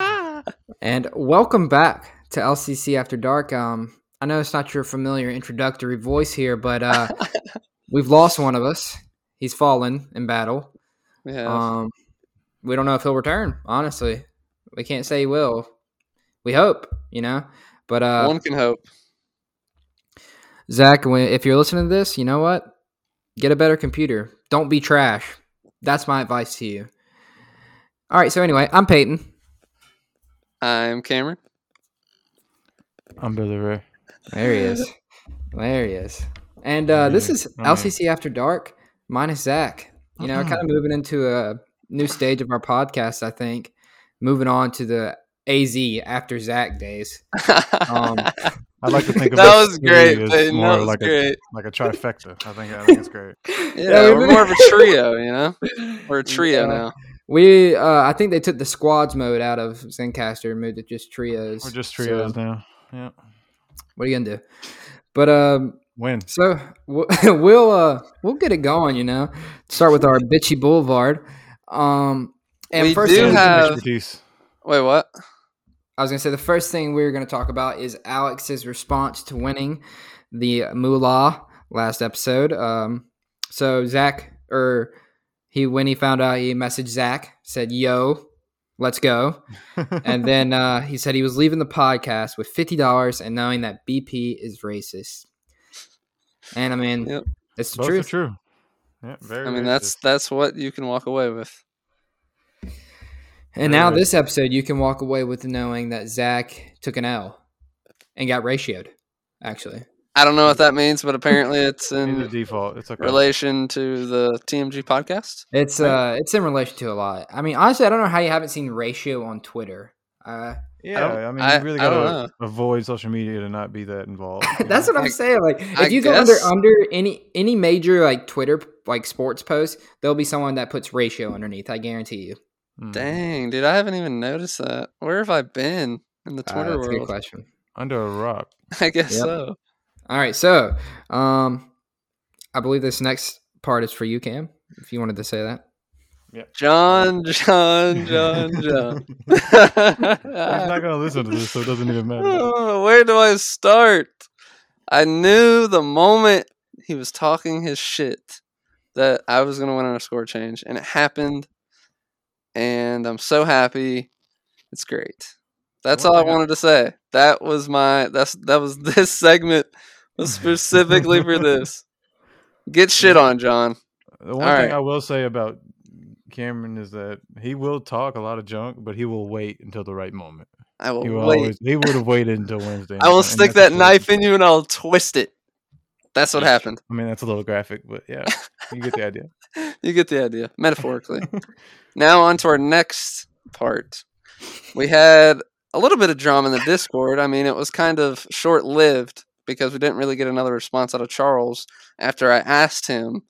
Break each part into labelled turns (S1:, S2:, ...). S1: Uh, and welcome back to LCC After Dark. Um, I know it's not your familiar introductory voice here, but uh, we've lost one of us. He's fallen in battle.
S2: Yeah.
S1: Um, we don't know if he'll return. Honestly, we can't say he will. We hope, you know. But uh,
S2: One can hope.
S1: Zach, when, if you're listening to this, you know what? Get a better computer. Don't be trash. That's my advice to you. All right. So anyway, I'm Peyton.
S2: I'm Cameron.
S3: I'm Billy Ray.
S1: There he is. There he is. And uh, this is
S3: All right.
S1: LCC After Dark minus Zach. You
S3: Uh-huh.
S1: know, kind of moving into a new stage of our podcast. I think moving on to the AZ after Zach days. Um,
S3: I like to think of
S2: that
S3: it
S2: was great.
S3: as
S2: Peyton.
S3: more
S2: That was
S3: like
S2: great.
S3: a like a trifecta. I think I think it's great.
S2: Yeah,
S1: we
S2: we're
S1: really-
S2: more of a trio, you know. We're a trio
S1: Yeah.
S2: now.
S1: we, uh, I think they took the squads mode out of Zencaster and moved it just trios.
S3: We're just
S1: So,
S3: trios now. Yeah,
S1: what are you gonna do? But um,
S3: win.
S1: So we'll we'll, uh, we'll get it going. You know, start with our bitchy boulevard. Um, and
S2: We
S1: first,
S2: do
S1: thing,
S2: have-
S3: expertise.
S2: Wait, what?
S1: I was gonna say the first thing we were gonna talk about is Alex's response to winning the Moolah last episode. Um, so Zach or he when he found out, he messaged Zach said, "Yo, let's go." and then uh, he said he was leaving the podcast with fifty dollars and knowing that BP is racist. And I mean,
S2: Yep.
S1: it's the
S3: Both
S1: truth.
S3: are true. Yeah, very.
S2: I mean, that's
S3: racist.
S2: that's what you can walk away with.
S1: And
S3: Very
S1: now
S3: racist.
S1: this episode, you can walk away with knowing that Zach took an L and got ratioed. Actually,
S2: I don't know what that means, but apparently it's
S3: Neither
S2: in
S3: default. It's okay.
S2: relation to the TMG podcast.
S1: it's
S2: Right.
S1: uh, it's in relation to a lot. I mean, honestly, I don't know how you haven't seen ratio on Twitter. Uh,
S3: Yeah,
S2: I
S3: I, mean,
S2: I-
S3: you really
S2: I don't
S3: gotta avoid social media to not be that involved. you
S1: that's
S3: know?
S1: what I'm saying. Like, if
S2: I
S1: you go under
S2: guess-
S1: under any any major like Twitter like sports post, there'll be someone that puts ratio underneath. I guarantee you.
S3: Mm.
S2: Dang, dude, I haven't even noticed that. Where have I been in the
S1: Uh,
S2: Twitter
S1: that's a good
S2: world?
S1: question.
S3: Under a rock.
S2: I guess
S1: Yep.
S2: so.
S1: All right, so um, I believe this next part is for you, Cam. If you wanted to say that.
S2: John, John, John, John.
S3: He's not gonna listen to this, so it doesn't even matter.
S2: Oh, where do I start? I knew the moment he was talking his shit that I was going to win on a score change, and it happened. And I'm so happy. It's great. That's
S3: Well,
S2: all I
S3: I got-
S2: wanted to say. That was my that's that was this segment was specifically for this. Get shit on, John.
S3: The one
S2: All
S3: thing
S2: right.
S3: I will say about Cameron is that he will talk a lot of junk, but he will wait until the right moment.
S2: I will
S3: He
S2: wait.
S3: will always. He would have waited until Wednesday.
S2: I will stick that knife in you and I'll twist it. That's what
S3: Yeah.
S2: happened.
S3: I mean, that's a little graphic, but yeah, you get the idea.
S2: You get the idea, metaphorically. now on to our next part. We had a little bit of drama in the Discord. I mean, it was kind of short lived because we didn't really get another response out of Charles after I asked him.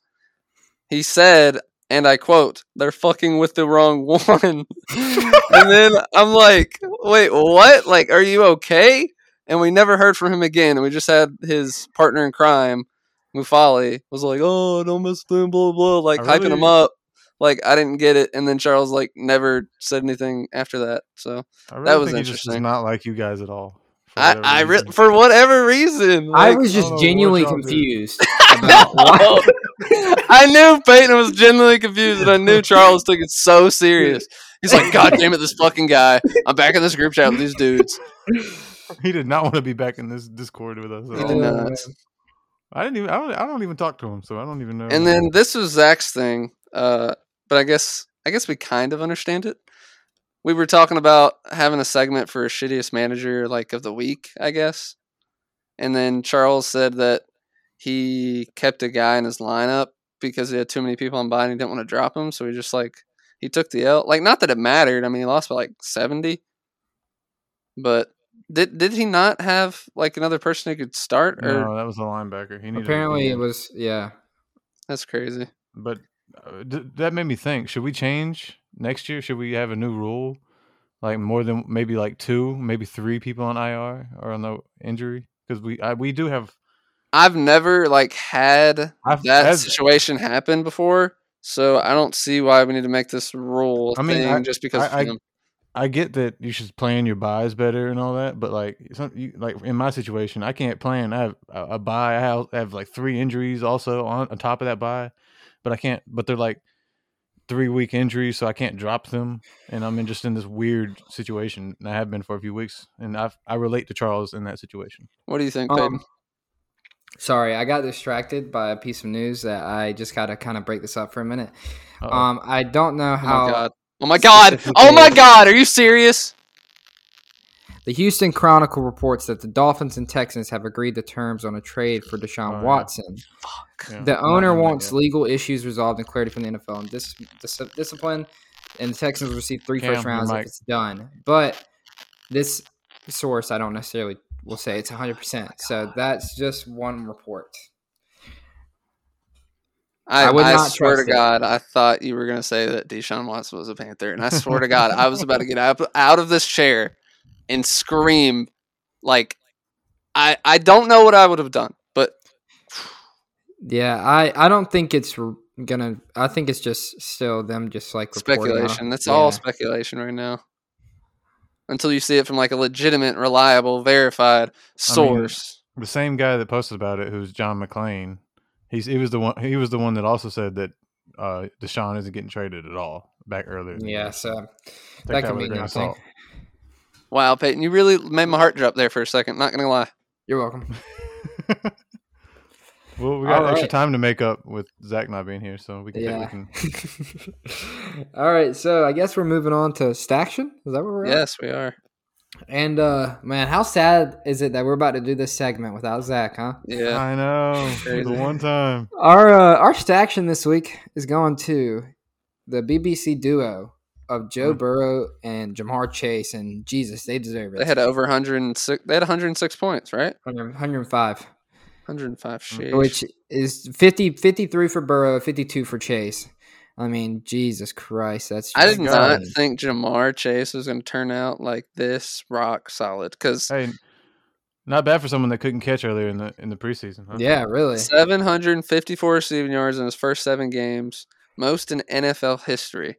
S2: He said, and I quote, "They're fucking with the wrong one." and then I'm like, "Wait, what? Like, are you okay?" And we never heard from him again. And we just had his partner in crime, Mufali, was like, "Oh, don't mess with him," blah blah, like
S3: I
S2: hyping him
S3: really-
S2: up. Like I didn't get it, and then Charles like never said anything after that. So
S3: I really
S2: was
S3: think he just does
S2: interesting.
S3: not like you guys at all. for
S2: I,
S3: whatever
S2: I re-
S3: reason.
S2: for whatever reason,
S1: I
S2: like,
S1: was
S3: I
S1: just
S3: don't know what
S1: genuinely
S3: y'all did.
S1: confused.
S2: No.
S1: about why-
S2: I knew Peyton was genuinely confused, and I knew Charles took it so serious. He's like, "God damn it, this fucking guy! I'm back in this group chat with these dudes."
S3: he did not want to be back in this Discord with us. At
S2: He
S3: all.
S2: did
S1: Oh,
S2: not.
S1: man.
S3: I didn't even. I don't, I don't even talk to him, so I don't even know.
S2: And then this was Zach's thing, uh, but I guess I guess we kind of understand it. We were talking about having a segment for shittiest manager like of the week, I guess. And then Charles said that he kept a guy in his lineup because he had too many people on buy and he didn't want to drop him, so he just like he took the L. Like not that it mattered. I mean, he lost by like seventy, but. Did, did he not have like another person he could start or
S3: no, that was the linebacker. He needed to
S1: Apparently,
S3: be
S1: it
S3: in.
S1: was yeah.
S2: that's crazy
S3: But uh, d- that made me think: Should we change next year? Should we have a new rule, like more than maybe like two, maybe three people on IR or on the injury? Because we I, we do have.
S2: I've never like had
S3: I've,
S2: that
S3: as-
S2: situation happen before, so I don't see why we need to make this rule
S3: I mean,
S2: thing
S3: I-
S2: just because
S3: I-
S2: of
S3: I-
S2: him.
S3: I get that you should plan your buys better and all that, but like some, you, like in my situation, I can't plan. I have a a buy. I have, I have like three injuries also on, on top of that buy, but I can't. But they're like three week injuries, so I can't drop them, and I'm in just in this weird situation. And I have been for a few weeks, and I I relate to Charles in that situation.
S2: What do you think,
S1: Um,
S2: Peyton?
S1: Sorry, I got distracted by a piece of news that I just got to kind of break this up for a minute.
S3: Uh-oh.
S1: Um, I don't know
S2: Oh my
S1: how
S2: god. Oh my god. Oh my god. Are you serious?
S1: the Houston Chronicle reports that the Dolphins and Texans have agreed to terms on a trade for
S3: Oh,
S1: Deshaun
S3: yeah.
S1: Watson.
S2: Oh,
S3: Yeah,
S1: The
S3: not
S1: owner
S3: in that
S1: wants
S3: yet.
S1: legal issues resolved and clarity from the NFL and dis- dis- discipline, and the Texans receive three
S3: Cam,
S1: first
S3: your
S1: rounds if
S3: mic.
S1: it's done. But this source, I don't necessarily will say it's 100%. So that's just one report.
S2: I,
S1: I
S2: I,
S1: would not
S2: swear to
S1: trust it.
S2: God, I thought you were going to say that Deshaun Watson was a Panther. And I swear to God, I was about to get up, out of this chair and scream. Like, I, I don't know what I would have done, but
S1: Yeah, I, I don't think it's r gonna. I think it's just still them just like reporting on-
S2: speculation. That's
S1: yeah.
S2: all speculation right now. Until you see it from like a legitimate, reliable, verified source.
S3: the same guy that posted about it, who's John McClain, he's he was the one he was the one that also said that uh Deshaun isn't getting traded at all back earlier. in the
S1: Yeah,
S3: year.
S1: so
S3: Take
S1: that can
S3: with
S1: be
S3: a grain of
S1: nothing.
S3: salt.
S2: wow, Peyton, you really made my heart drop there for a second. Not going to lie.
S1: you're welcome.
S3: Well, we got
S1: All
S3: extra
S1: right.
S3: time to make up with Zach not being here, so we can. Take, we
S1: Yeah.
S3: can
S1: all right, so I guess we're moving on to Staction. Is that what we're at?
S2: Yes, we are.
S1: And uh man, how sad is it that we're about to do this segment without Zach, huh?
S2: Yeah.
S3: I know
S2: Crazy.
S3: the one time.
S1: Our uh, our staction this week is going to the BBC duo of Joe
S2: Hmm.
S3: Mm.
S1: Burrow and Jamar Chase, and Jesus, they deserve it.
S2: They had over 106. They had 106 points, right?
S1: 100 105,
S2: 105. Sheesh.
S1: Mm, which is 50, 53 for Burrow, fifty two for Chase. I mean, Jesus Christ, that's
S2: I
S1: just
S2: did not
S1: insane.
S2: think Jamar Chase was going to turn out like this rock solid because
S3: Hey, not bad for someone that couldn't catch earlier in the in the preseason. Huh?
S1: Yeah, really.
S2: 754 receiving yards in his first seven games, most in NFL history.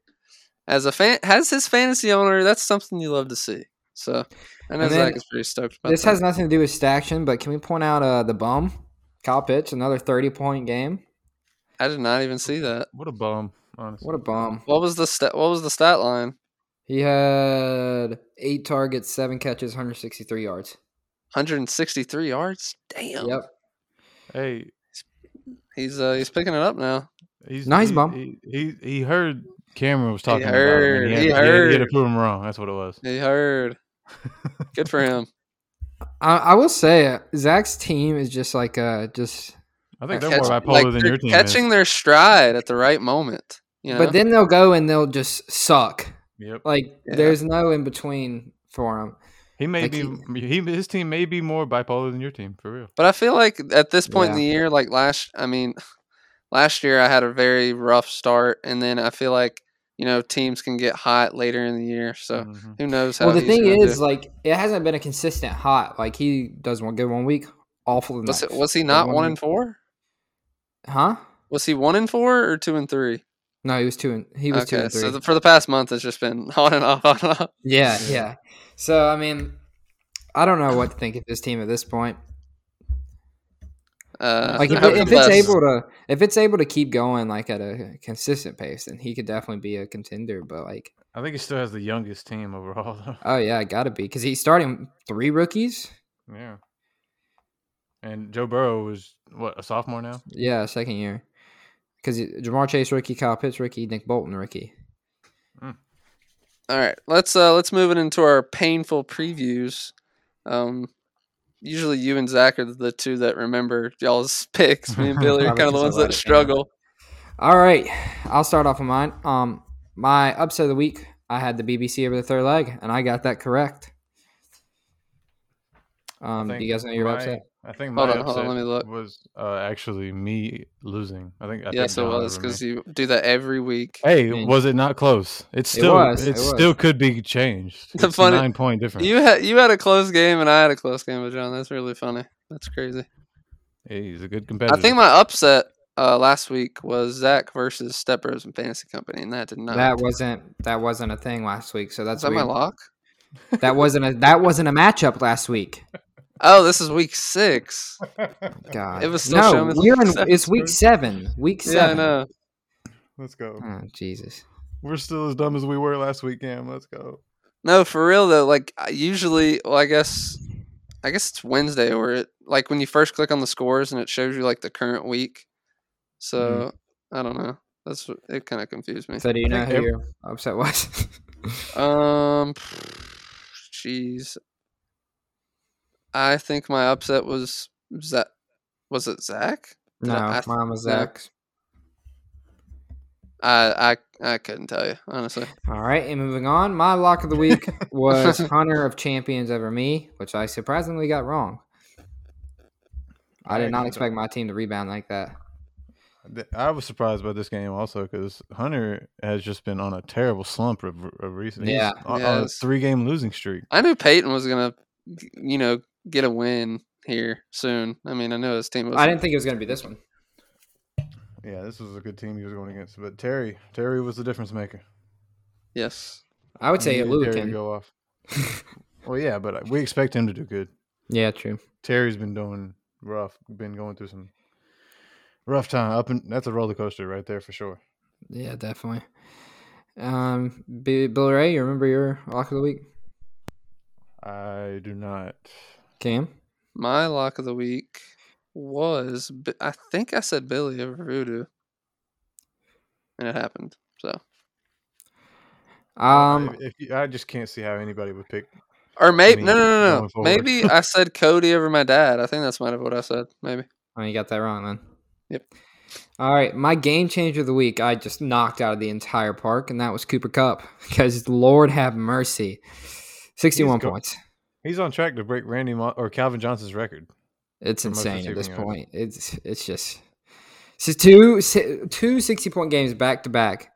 S2: As a fan, has his fantasy owner, that's something you love to see. So I know Zach
S1: And then
S2: is pretty stoked about
S1: This
S2: that.
S1: has nothing to do with staction, but can we point out uh, the bum, Kyle Pitts, another thirty point game?
S2: I did not even see that.
S3: What a bum, honestly.
S1: What a bum!
S2: What was the stat? What was the stat line?
S1: He had eight targets, seven catches, 163 yards.
S2: 163 yards. Damn.
S1: Yep.
S3: Hey,
S2: He's uh, he's picking it up now.
S3: he's
S1: Nice
S3: he,
S1: bum.
S3: He, he he heard Cameron was talking
S2: heard-
S3: about him. and
S2: he
S3: had, had- He had to
S2: heard.
S3: prove him wrong. That's what it was.
S2: He heard. Good for him.
S1: I, I will say uh, Zach's team is just like uh just,
S3: I think
S1: Catch-
S3: they're more
S2: Catch-
S3: bipolar
S2: like,
S3: than
S2: they're
S3: your team
S2: catching
S3: is.
S2: their stride at the right moment. You know?
S1: but then they'll go and they'll just suck.
S3: Yep.
S1: Like
S2: Yeah.
S1: there's no in between for them.
S3: He may
S1: like
S3: be he, his team may be more bipolar than your team for real.
S2: But I feel like at this point in the year, like last, I mean, last year I had a very rough start, and then I feel like you know teams can get hot later in the year. So
S3: Mhm.
S2: who knows how?
S1: Mm. Well, the
S2: he's
S1: thing
S2: gonna
S1: is,
S2: do.
S1: like it hasn't been a consistent hot. Like he does one good one week, awful the
S2: was, it,
S1: next.
S2: was he not
S1: one
S2: one
S1: week.
S2: and four?
S1: Huh?
S2: Was he one and four or two and three?
S1: No, he was two and he was two
S2: okay,
S1: and three.
S2: so the, for the past month it's just been on and off, on and off.
S1: yeah,
S3: Yeah.
S1: yeah. So I mean, I don't know what to think of this team at this point.
S2: Uh,
S1: like
S2: I
S1: if,
S2: hope
S1: it- if
S2: the
S1: it's
S2: best.
S1: able to if it's able to keep going like at a consistent pace then he could definitely be a contender but like
S3: I think he still has the youngest team overall though.
S1: oh yeah gotta be because he's starting three rookies
S3: Yeah. And Joe Burrow was what a sophomore now.
S1: yeah second year because jamar chase rookie kyle pitts rookie nick bolton rookie
S2: All right, let's uh let's move it into our painful previews. Um, usually you and Zach are the two that remember y'all's picks. Me and Billy are
S1: Probably
S2: kind of the
S1: 'cause
S2: ones
S1: I write
S2: that
S1: it down.
S2: struggle.
S1: all right i'll start off with mine um my upset of the week i had the bbc over the third leg and i got that correct um do
S3: think
S1: you guys know your
S3: my-
S1: upset
S3: I think my
S2: Hold on, hold on,
S3: upset
S2: let me look.
S3: was uh, actually me losing. I think I
S2: yes, it
S3: picked John
S2: was
S3: over me.
S2: because you do that every week.
S3: Hey,
S1: Mm.
S3: was it not close? It's
S1: It
S3: still
S1: was,
S3: it
S1: it was.
S3: still could be changed.
S2: The
S3: It's
S2: funny-
S3: nine point difference.
S2: You had you had a close game and I had a close game with John. That's really funny. That's crazy.
S3: Hey, he's a good competitor.
S2: I think my upset. uh, last week was Zach versus Step Bros and Fantasy Company, and that did not.
S1: That wasn't that wasn't a thing last week, so
S2: is
S1: that's
S2: that my
S1: weird.
S2: lock?
S1: that wasn't a that wasn't a matchup last week.
S2: Oh, this is week six.
S1: God,
S2: It was still showing
S1: no,
S2: as
S1: we're
S2: week
S1: in,
S2: seven,
S1: it's week seven. Week
S2: Yeah, I
S1: seven.
S2: know.
S3: Let's go.
S2: Hmm.
S1: Oh, Jesus.
S3: We're still as dumb as we were last week, Cam. Let's go.
S2: No, for real though. Like I usually, well, I guess, I guess it's Wednesday or it like when you first click on the scores and it shows you like the current week. So
S1: Mm-hmm.
S2: I don't know. That's what it kind of confused me.
S1: So do you know
S3: think
S1: who
S3: ev-
S1: your upset was?
S2: Um, jeez, I think my upset was Zach. Was it Zach? Did
S1: no,
S2: I- I-
S1: mine was
S2: no.
S1: Zach.
S2: I I I couldn't tell you honestly.
S1: All right, and moving on. My lock of the week was Hunter of Champions over me, which I surprisingly got wrong. I did not expect my team to rebound like that.
S3: Th- I was surprised by this game also because Hunter has just been on a terrible slump of, of recent. he's
S1: Yeah.
S3: on, on a
S2: Yes.
S3: three-game losing streak.
S2: I knew Peyton was gonna, g- you know, get a win here soon. I mean, I know his team was.
S1: I didn't think it was going to be this one.
S3: Yeah, this was a good team he was going against, but Terry, Terry was the difference maker.
S2: Yes.
S1: I would say
S3: You needed Terry
S1: Iluvakin.
S3: to go off. well, yeah, but uh, we expect him to do good.
S1: Yeah, true.
S3: Terry's been doing rough, been going through some rough time. Up and that's a roller coaster right there for sure.
S1: Yeah, definitely. Um, B- Bill Ray, you remember your lock of the week?
S3: I do not.
S1: Cam?
S2: My lock of the week was Bi- I think I said Billy over Voodoo, and it happened. So
S3: Oh,
S1: Um,
S3: if, if you, I just can't see how anybody would pick.
S2: or maybe
S3: mean,
S2: no no no
S3: going
S2: no
S3: forward.
S2: maybe I said Cody over my dad. I think that's might have what I said. Maybe
S1: oh, you got that wrong then.
S2: Yep.
S1: All right, my game changer of the week, I just knocked out of the entire park, and that was Cooper Cup because Lord have mercy, sixty-one
S3: He's go-
S1: points.
S3: He's on track to break Randy Mo- or Calvin Johnson's record.
S1: It's
S3: for most
S1: insane at this
S3: receiving yards.
S1: point. It's it's just this is two si- two 60 point games back to back.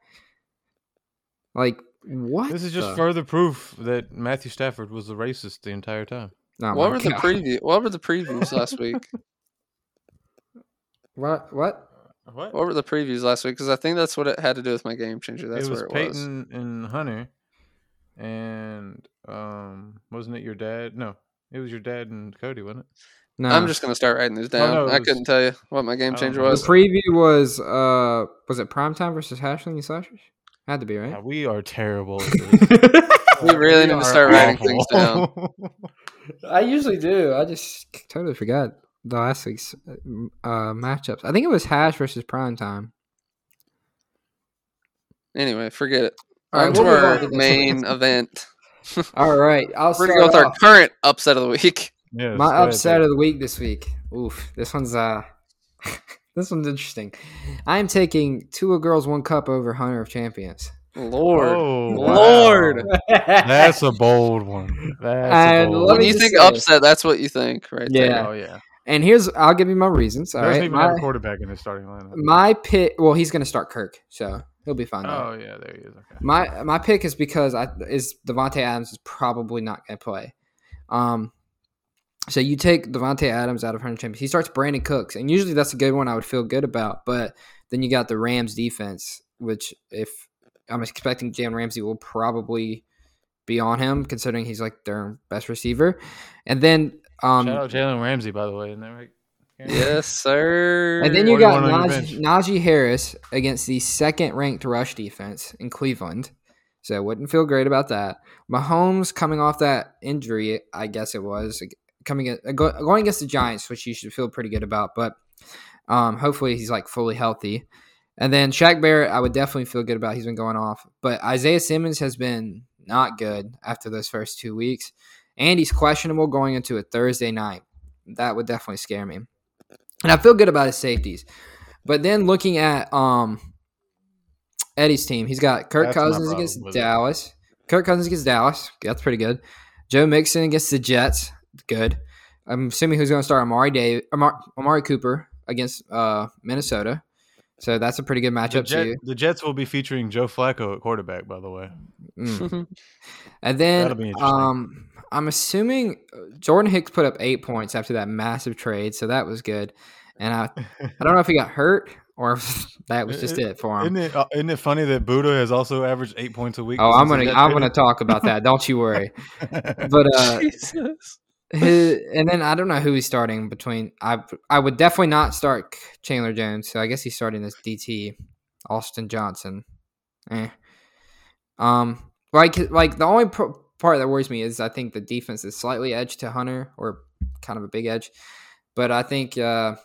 S1: Like what?
S3: This is just
S1: the- Oh
S3: further proof that Matthew Stafford was the racist the entire time.
S1: Oh my
S2: what were the
S1: God.
S2: preview? What were the previews last week?
S1: what what?
S3: What?
S2: What were the previews last week? Because I think that's what it had to do with my game changer. That's
S3: it was
S2: where it was.
S3: Peyton and Hunter, and um, wasn't it your dad? No, it was your dad and Cody, wasn't it?
S1: No,
S2: I'm just gonna start writing these
S3: Oh,
S2: down.
S3: no, it
S2: I
S3: was- Oh,
S2: couldn't tell you what my game
S3: I don't
S2: changer
S3: know.
S1: the
S2: was.
S1: preview was uh was it primetime versus Hashling and Slashers? Had to be
S3: Yeah,
S1: right.
S3: we are terrible. At this.
S2: We really need to
S3: are
S2: start writing things
S3: awful.
S1: I usually do. I just totally forgot the last week's uh, matchups. I think it was Hash versus Primetime.
S2: Anyway, forget it.
S1: All right,
S2: On to
S1: we'll move on
S2: our
S1: to this.
S2: main event.
S1: All right, I'll
S2: We're
S1: start
S2: gonna go with
S1: off.
S2: our current upset of the week.
S3: Yes,
S1: My
S3: go ahead,
S1: upset
S3: Peyton.
S1: of the week this week. Oof, this one's uh, this one's interesting. I am taking two of girls, one cup over Hunter of Champions.
S2: Lord,
S3: Oh,
S2: Lord.
S3: wow. That's a bold one. That's
S1: And
S3: a bold
S1: let
S2: When
S1: me
S2: you
S1: just
S2: think
S1: say-
S2: upset, that's what you think, right?
S1: Yeah.
S2: There.
S3: Oh yeah.
S1: and here's I'll give you my reasons. All
S3: Doesn't
S1: right,
S3: even
S1: my,
S3: have a quarterback in his starting lineup.
S1: my pick. Well, he's going to start Kirk, so he'll be fine. there.
S3: Oh yeah, there he is. Okay.
S1: My my pick is because I is Devonte Adams is probably not going to play. Um, so you take Devonte Adams out of Hunter Champions. He starts Brandon Cooks, and usually that's a good one I would feel good about. But then you got the Rams defense, which if I'm expecting Jam Ramsey will probably be on him, considering he's like their best receiver. And then um,
S3: Shout out Jalen Ramsey, by the way. Isn't that right?
S2: Yes, sir.
S1: And then you
S3: Or
S1: got
S3: one on
S1: Najee,
S3: your bench.
S1: Najee Harris against the second ranked rush defense in Cleveland. So wouldn't feel great about that. Mahomes coming off that injury, I guess it was coming ag- go- going against the Giants, which you should feel pretty good about. But um, hopefully he's like fully healthy. And then Shaq Barrett, I would definitely feel good about. He's been going off, but Isaiah Simmons has been not good after those first two weeks, and he's questionable going into a Thursday night. That would definitely scare me. And I feel good about his safeties, but then looking at um, Eddie's team, he's got Kirk
S3: That's my
S1: Cousins
S3: problem
S1: against
S3: with it.
S1: Dallas. Kirk Cousins against Dallas. That's pretty good. Joe Mixon against the Jets. Good. I'm assuming who's going to start Amari Day Amari, Amari Cooper against uh, Minnesota. So that's a pretty good
S3: The,
S1: matchup
S3: Jet-
S1: too.
S3: the Jets will be featuring Joe Flacco at quarterback, by the way.
S1: Mm. And then
S3: That'll be interesting.
S1: um, I'm assuming uh, Jordan Hicks put up eight points after that massive trade, so that was good. And I, I don't know if he got hurt or if that was just it for him.
S3: Isn't it, uh, isn't it funny that Buddha has also averaged eight points a week?
S1: Oh,
S3: since
S1: I'm
S3: he
S1: gonna
S3: got
S1: I'm gonna talk about that. Don't you worry.
S3: traded?
S1: But uh,
S2: Jesus.
S1: his, and then I don't know who he's starting between. I I would definitely not start Chandler Jones. So I guess he's starting this DT Austin Johnson. Eh. Um, like like the only pro- part that worries me is I think the defense is slightly edge to Hunter or kind of a big edge, but I think uh,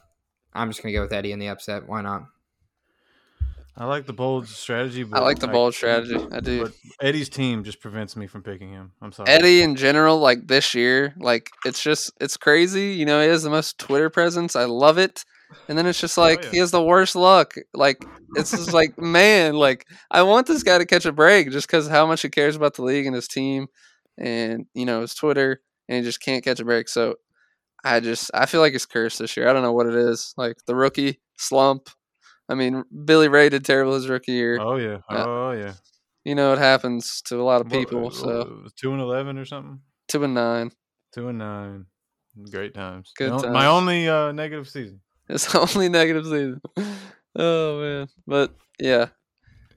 S1: I'm just gonna go with Eddie in the upset. Why not?
S3: I like the bold strategy.
S2: I
S3: But
S2: like the bold strategy. I do.
S3: But Eddie's team just prevents me from picking him. I'm sorry.
S2: Eddie in general, like this year, like it's just it's crazy. You know, he has the most Twitter presence. I love it. And then it's just
S3: Oh,
S2: like
S3: yeah.
S2: he has the worst luck. Like it's just like man, like I want this guy to catch a break just because how much he cares about the league and his team, and you know his Twitter, and he just can't catch a break. So I just I feel like he's cursed this year. I don't know what it is. Like the rookie slump. I mean, Billy Ray did terrible his rookie year.
S3: Oh yeah. Oh yeah.
S2: You know it happens to a lot of
S3: What-
S2: people.
S3: uh,
S2: so
S3: two and eleven or something.
S2: two and nine.
S3: Two and nine. Great times.
S2: Good
S3: My o-
S2: times.
S3: My only uh, negative season.
S2: It's the only negative season. Oh man. But yeah.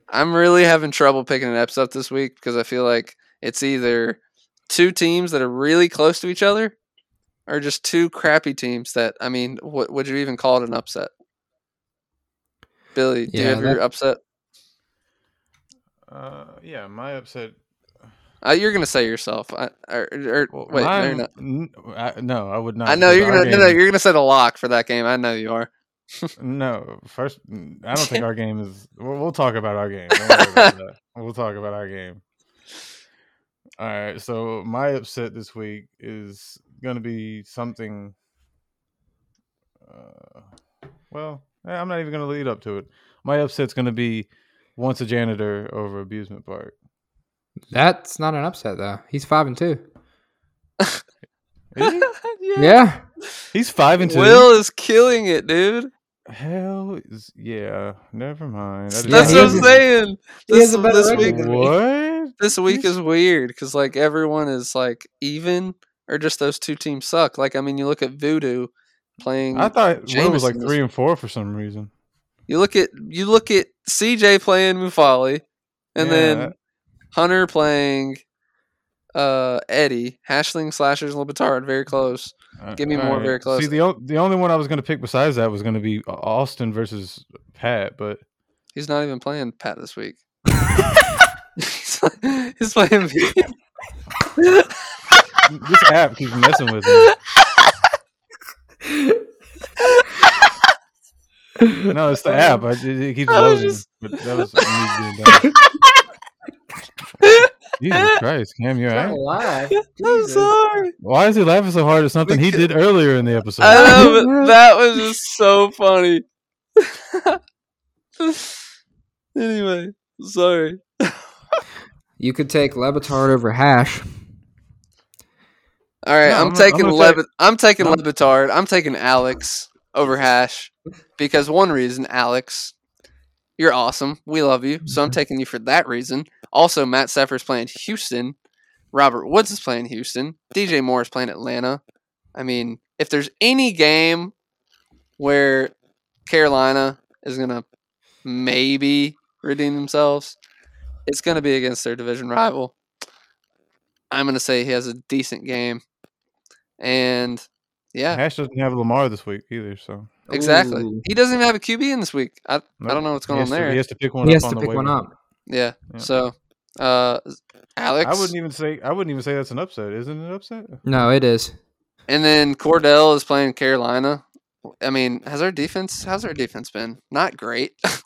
S2: I'm really having trouble picking an upset this week because I feel like it's either two teams that are really close to each other or just two crappy teams that I mean, what would you even call it an upset? Billy, do you
S1: Yeah,
S2: have your
S1: that-
S2: upset?
S3: Uh, yeah, my upset.
S2: Uh, you're gonna say yourself. I, or, or,
S3: Well,
S2: wait, no, you're
S3: mine-
S2: not.
S3: n- I, no, I would not.
S2: I know
S3: because
S2: you're
S3: our
S2: gonna. No, no,
S3: game-
S2: you're gonna say the lock for that game. I know you are.
S3: No, first, I don't think our game is. We'll, we'll talk about our game. Don't worry about that. We'll talk about our game. All right. So my upset this week is going to be something. Uh, well, eh, I'm not even going to lead up to it. My upset's going to be once a janitor over abusement park.
S1: That's not an upset though. He's five and two.
S3: Is he?
S1: Yeah,
S3: He's five and two.
S2: Will is killing it, dude.
S3: Hell is yeah. Never mind. I just-
S1: Yeah,
S2: That's
S1: he
S2: what I'm
S1: has a-
S2: saying.
S1: he has
S2: This,
S1: a better
S2: this
S1: record
S2: week,
S1: than me.
S3: What?
S2: this week
S3: He's-
S2: is weird because like everyone is like even, or just those two teams suck. Like I mean, you look at Voodoo playing.
S3: I thought Will was like
S2: Jameson is-
S3: three and four for some reason.
S2: you look at you look at CJ playing Mufali, and
S3: Yeah,
S2: then Hunter playing uh Eddie Hashling slashers and Libertard very close.
S3: Uh,
S2: Give me more very
S3: See,
S2: close.
S3: the o- the only one I was going to pick besides that was going to be Au- Austin versus Pat, but
S2: He's not even playing Pat this week. He's playing me.
S3: this app keeps messing with me. No, it's the app. I, it, it keeps
S2: I was
S3: loading.
S2: just-
S3: But that was me being dumb. Jesus Christ, Cam, you're right.
S1: alive.
S2: I'm sorry.
S3: Why is he laughing so hard at something he
S2: Because-
S3: did earlier in the episode?
S2: I know, but that was just so funny. anyway, sorry.
S1: You could take Levitard over Hash.
S2: All right,
S3: No,
S2: I'm,
S3: I'm gonna- I'm
S2: taking
S3: gonna
S2: Levi-
S3: take-
S2: I'm taking
S3: I'm-
S2: Levitard. I'm taking Alex over Hash because one reason, Alex, you're awesome. We love you, so I'm
S3: Mm-hmm.
S2: taking you for that reason. Also, Matt Seffer's playing Houston. Robert Woods is playing Houston. DJ Moore is playing Atlanta. I mean, if there's any game where Carolina is gonna maybe redeem themselves, it's gonna be against their division rival. I'm gonna say he has a decent game, and yeah,
S3: Hash doesn't have Lamar this week either, so
S2: exactly.
S1: Ooh.
S2: He doesn't even have a QB in this week. I, I don't know what's
S3: he
S2: going on
S3: has To,
S2: there.
S3: he has to pick one
S1: He
S3: up
S1: has
S3: on
S1: to
S3: the
S1: pick
S3: way.
S1: one up.
S2: yeah.
S3: Yeah.
S2: So, uh, Alex,
S3: I wouldn't e even say I wouldn't even say that's an upset. Isn't it an upset?
S1: No, it is.
S2: and then Cordell is playing Carolina. I mean, has our defense? How's our defense been? Not great.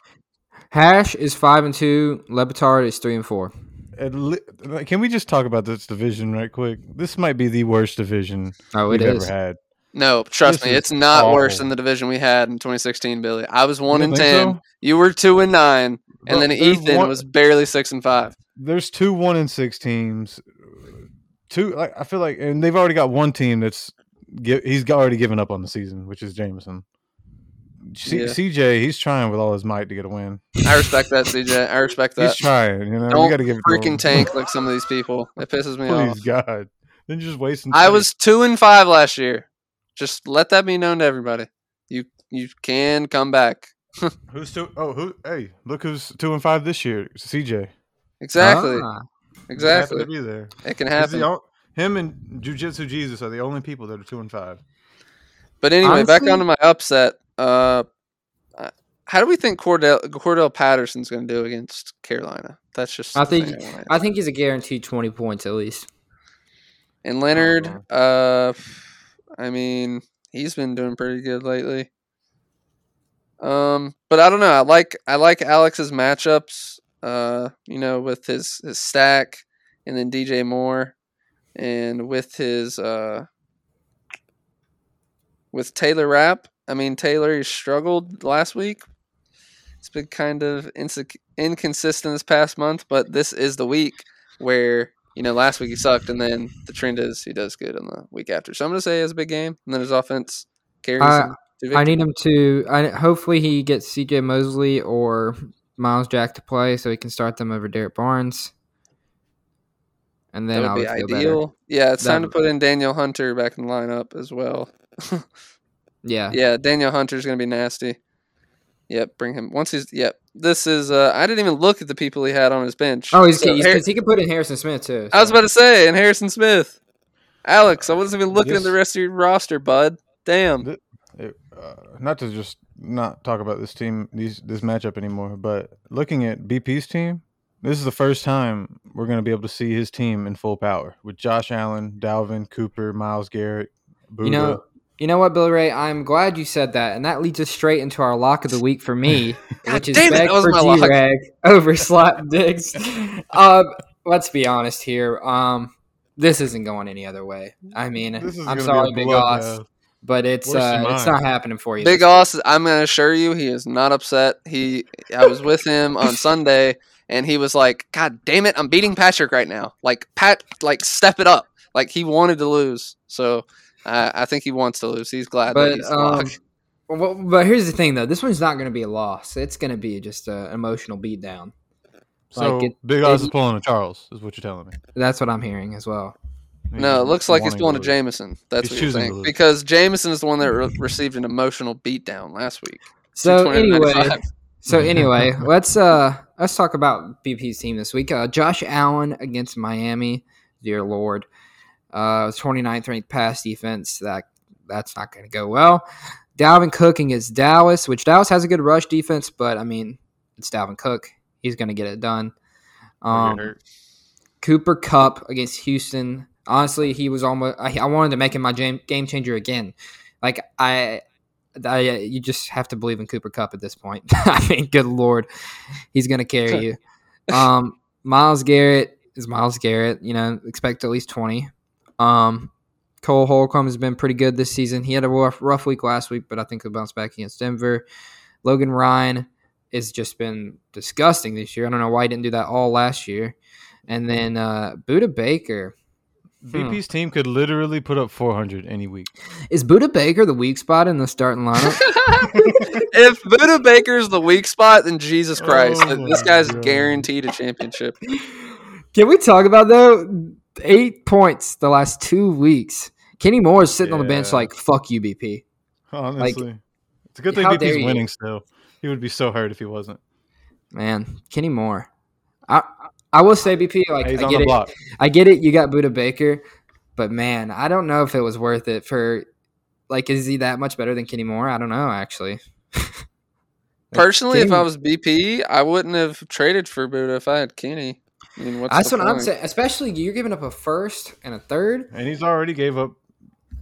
S1: Hash is five and two. Lebitard is three and four.
S3: At li- like, can we just talk about this division right quick? This might be the worst division
S1: Oh,
S3: we've
S1: it is.
S3: ever had.
S2: No, trust
S3: This
S2: me,
S3: is
S2: it's not worse
S3: awful.
S2: than the division we had in 2016, Billy. I was one
S3: You
S2: and
S3: think
S2: ten.
S3: so?
S2: You were two and nine, and
S3: Bro,
S2: then
S3: there's
S2: Ethan
S3: one-
S2: was barely six and five.
S3: There's two one and six teams. Two, like I feel like, and they've already got one team that's gi- he's already given up on the season, which is Jameson. C-
S2: Yeah.
S3: CJ, he's trying with all his might to get a win.
S2: I respect that, CJ. I respect that.
S3: He's trying, you know.
S2: Don't
S3: you got to give it to him.
S2: Freaking tank like some of these people. It pisses me off.
S3: Please God, then you're just wasting.
S2: I
S3: space.
S2: was two and five last year. Just let that be known to everybody. You you can come back.
S3: Who's two? Oh, who? Hey, look who's two and five this year. CJ.
S2: Exactly.
S1: Ah,
S2: exactly.
S3: Happened to be there.
S2: It can
S3: He's the
S2: happen.
S3: on- him and Jujitsu Jesus are the only people that are two and five.
S2: But anyway, back
S1: Honestly-
S2: onto my upset. Uh, uh, how do we think Cordell Cordell Patterson's going to do against Carolina? That's just
S1: I
S2: the thing
S1: think-
S2: wanna-
S1: I think he's a guaranteed twenty points at least.
S2: And Leonard, uh, I mean, he's been doing pretty good lately. Um, but I don't know. I like I like Alex's matchups. Uh, you know, with his his stack, and then DJ Moore, and with his uh, with Taylor Rapp. I mean, Taylor he struggled last week. It's been kind of inse- inconsistent this past month, but this is the week where you know last week he sucked, and then the trend is he does good in the week after. So I'm going to say he has a big game, and then his offense carries.
S1: I-
S2: him to
S1: I
S2: victory.
S1: need him to. I, hopefully, he gets C.J. Mosley or Miles Jack to play so he can start them over Derek Barnes. And then
S2: that
S1: I
S2: would be
S1: would feel
S2: ideal. Yeah, it's time to
S1: That-
S2: put in Daniel Hunter back in the lineup as well.
S1: better. Yeah.
S2: Yeah, Daniel Hunter's gonna be nasty. Yep, bring him once he's. Yep, this is. Uh, I didn't even look at the people he had on his bench.
S1: Oh, he's
S2: So
S1: because
S2: Har-
S1: he can put in Harrison Smith too.
S2: I was
S1: so.
S2: about to say, and Harrison Smith, Alex. I wasn't even looking at the
S3: Yes.
S2: rest of your roster, bud. Damn.
S3: It, uh, not to just not talk about this team, these this matchup anymore, but looking at BP's team, this is the first time we're going to be able to see his team in full power with Josh Allen, Dalvin, Cooper, Miles Garrett, Buddha.
S1: You know, you know what, Billy Ray? I'm glad you said that, and that leads us straight into our lock of the week for me,
S2: God
S1: which is
S2: damn it,
S1: Beck
S2: that was
S1: for
S2: my lock.
S1: D-Rag over Slot Diggs. um, let's be honest here. Um, this isn't going any other way. I mean,
S3: This is
S1: I'm
S3: gonna be a
S1: sorry, Big Oss,
S3: bloodbath.
S1: but it's
S3: Worse
S1: uh,
S3: than
S1: it's
S3: mine.
S1: not happening for you.
S2: Big
S1: this
S2: Oss, I'm gonna assure you, he is not upset. He, I was with him on Sunday, and he was like, "God damn it, I'm beating Patrick right now." Like Pat, like step it up. Like he wanted to lose, so I I think he wants to lose. He's glad that
S1: But,
S2: he's
S1: um,
S2: locked.
S1: week. Well, but here's the thing, though. This one's not going to be a loss. It's going to be just uh, an emotional beatdown.
S3: So
S1: like it-
S3: Big Oz is
S1: it-
S3: pulling a Charles, is what you're telling me.
S1: That's what I'm hearing as well.
S3: He's
S2: No, it looks like he's
S3: wanting to
S2: pulling a
S3: lose.
S2: Jameson. That's
S3: He's
S2: what you're
S3: choosing to
S2: saying
S3: lose.
S2: because Jameson is the one that re- received an emotional beatdown last week.
S1: So
S2: 229.95.
S1: anyway, So anyway, let's uh let's talk about BP's team this week. Uh, Josh Allen against Miami, dear lord. Uh 29th ranked pass defense. That that's not gonna go well. Dalvin Cook against Dallas, which Dallas has a good rush defense, but I mean, it's Dalvin Cook. He's gonna get it done.
S3: Or get
S1: Um,
S3: hurt.
S1: Cooper Cup against Houston. Honestly, he was almost. I, I wanted to make him my jam, game changer again. Like I, I, uh, you just have to believe in Cooper Cup at this point. I mean, good lord, he's gonna carry you. Um, Miles Garrett is Miles Garrett. You know, expect at least twenty. Um, Cole Holcomb has been pretty good this season. He had a rough, rough week last week, but I think he'll bounce back against Denver. Logan Ryan has just been disgusting this year. I don't know why he didn't do that all last year. And then uh, Buda Baker
S3: BP's team could literally put up 400 any week.
S1: is Buda Baker the weak spot in the starting lineup.
S2: if Buda Baker's the weak spot, then Jesus Christ,
S3: Oh
S2: this
S3: my
S2: guy's
S3: God.
S2: guaranteed a championship.
S1: Can we talk about though eight points the last two weeks? Kenny Moore is sitting on the bench
S3: Yeah.
S1: like "fuck you, BP."
S3: Honestly, it's a good thing
S1: how dare
S3: BP's
S1: you.
S3: winning still. He would be so hurt if he wasn't.
S1: Man, Kenny Moore. I I will say BP like
S3: He's
S1: I
S3: on
S1: get
S3: the
S1: it.
S3: block.
S1: I get it. You got Buda Baker, but man, I don't know if it was worth it for. Like, is he that much better than Kenny Moore? I don't know actually. Like,
S2: Personally, if I
S1: Kenny-
S2: was BP, I wouldn't have traded for Buddha if I had Kenny. I mean, what's
S1: That's
S2: the
S1: what I'm
S2: point?
S1: saying. Especially you're giving up a first and a third.
S3: And he's already gave up.